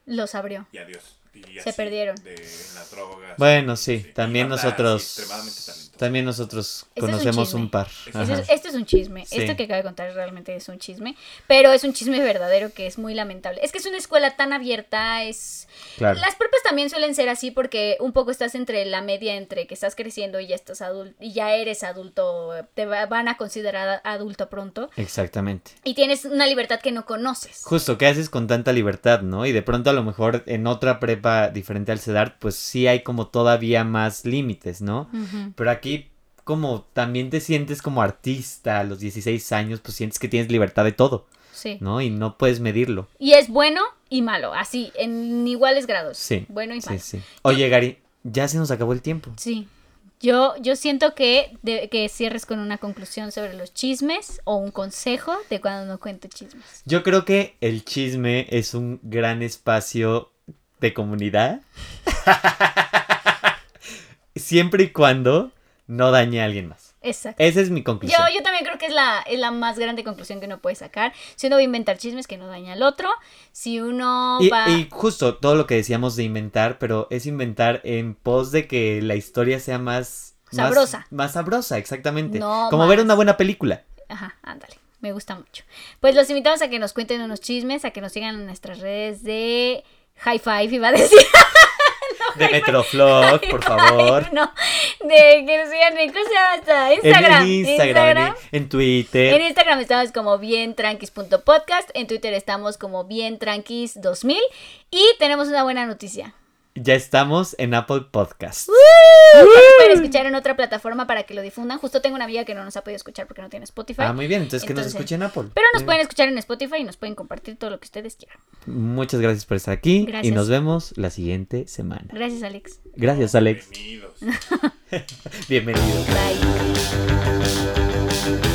A: los abrió.
C: Y adiós. Y
A: Se
C: así,
A: perdieron.
C: De en las drogas.
B: Bueno, sí,
C: Y
B: también
C: banda así,
B: nosotros,
C: Extremadamente talentosa.
B: también nosotros
A: es un
B: conocemos
A: chisme.
B: un par.
C: Ese
A: Eso
B: Ajá.
A: es- esto es un chisme.
B: Sí.
A: Esto que acabo de contar realmente es un chisme. Pero es un chisme verdadero que es muy lamentable. Es que es una escuela tan abierta, es...
B: Claro.
A: Las prepas también suelen ser así porque un poco estás entre la media entre que estás creciendo y ya estás adulto y ya eres adulto, te va- van a considerar adulto pronto
B: Exactamente.
A: y tienes una libertad que no conoces.
B: Justo, ¿qué haces con tanta libertad, no? Y de pronto a lo mejor en otra prepa diferente al CEDART, pues sí hay como todavía más límites, ¿no?
A: Ujú.
B: Pero aquí como también te sientes como artista a los 16 años, pues sientes que tienes libertad de todo,
A: Sí.
B: ¿no? Y no puedes medirlo.
A: Y es bueno y malo, así, en iguales grados.
B: Sí.
A: Bueno y
B: Sí,
A: malo.
B: sí. Oye, Gary, ya se nos acabó el tiempo.
A: Sí. Yo, yo siento que, de- que cierres con una conclusión sobre los chismes o un consejo de cuando no cuento chismes.
B: Yo creo que el chisme es un gran espacio de comunidad. Siempre y cuando no dañe a alguien más.
A: Exacto.
B: Esa es mi
A: Yo,
B: conclusión.
A: yo también creo que es la, es la más grande conclusión que uno puede sacar. Si uno va a inventar chismes que no daña al otro, si uno
B: Y,
A: va...
B: y justo todo lo que decíamos de inventar, pero es inventar en pos de que la historia sea más... más-
A: Sabrosa.
B: Más, sabrosa, exactamente.
A: No
B: Como ver
A: más.
B: una buena película.
A: Ajá, ándale, me gusta mucho. Pues los invitamos a que nos cuenten unos chismes, a que nos sigan en nuestras redes de High Five, iba a decir.
B: De Metroflog, por favor.
A: No, de que nos sigan en, ¿cómo se llama esta? Instagram.
B: en Instagram, en-
A: Instagram.
B: en, Twitter.
A: En Instagram estamos como bientranquis.podcast, en Twitter estamos como bientranquis2000 y tenemos una buena noticia.
B: Ya estamos en Apple Podcast.
A: Uh, Nos pueden escuchar en otra plataforma para que lo difundan. Justo tengo una amiga que no nos ha podido escuchar porque no tiene Spotify.
B: Ah, muy bien, entonces, que nos
A: Entonces,
B: escuchen Apple.
A: Pero nos
B: Muy
A: pueden escuchar en Spotify y nos pueden compartir todo lo que ustedes quieran.
B: bien. Muchas gracias por estar aquí y
A: Gracias.
B: nos vemos la siguiente semana.
A: Gracias, Alex.
B: Gracias, Alex.
C: Bienvenidos.
B: Bienvenido.
A: Bye.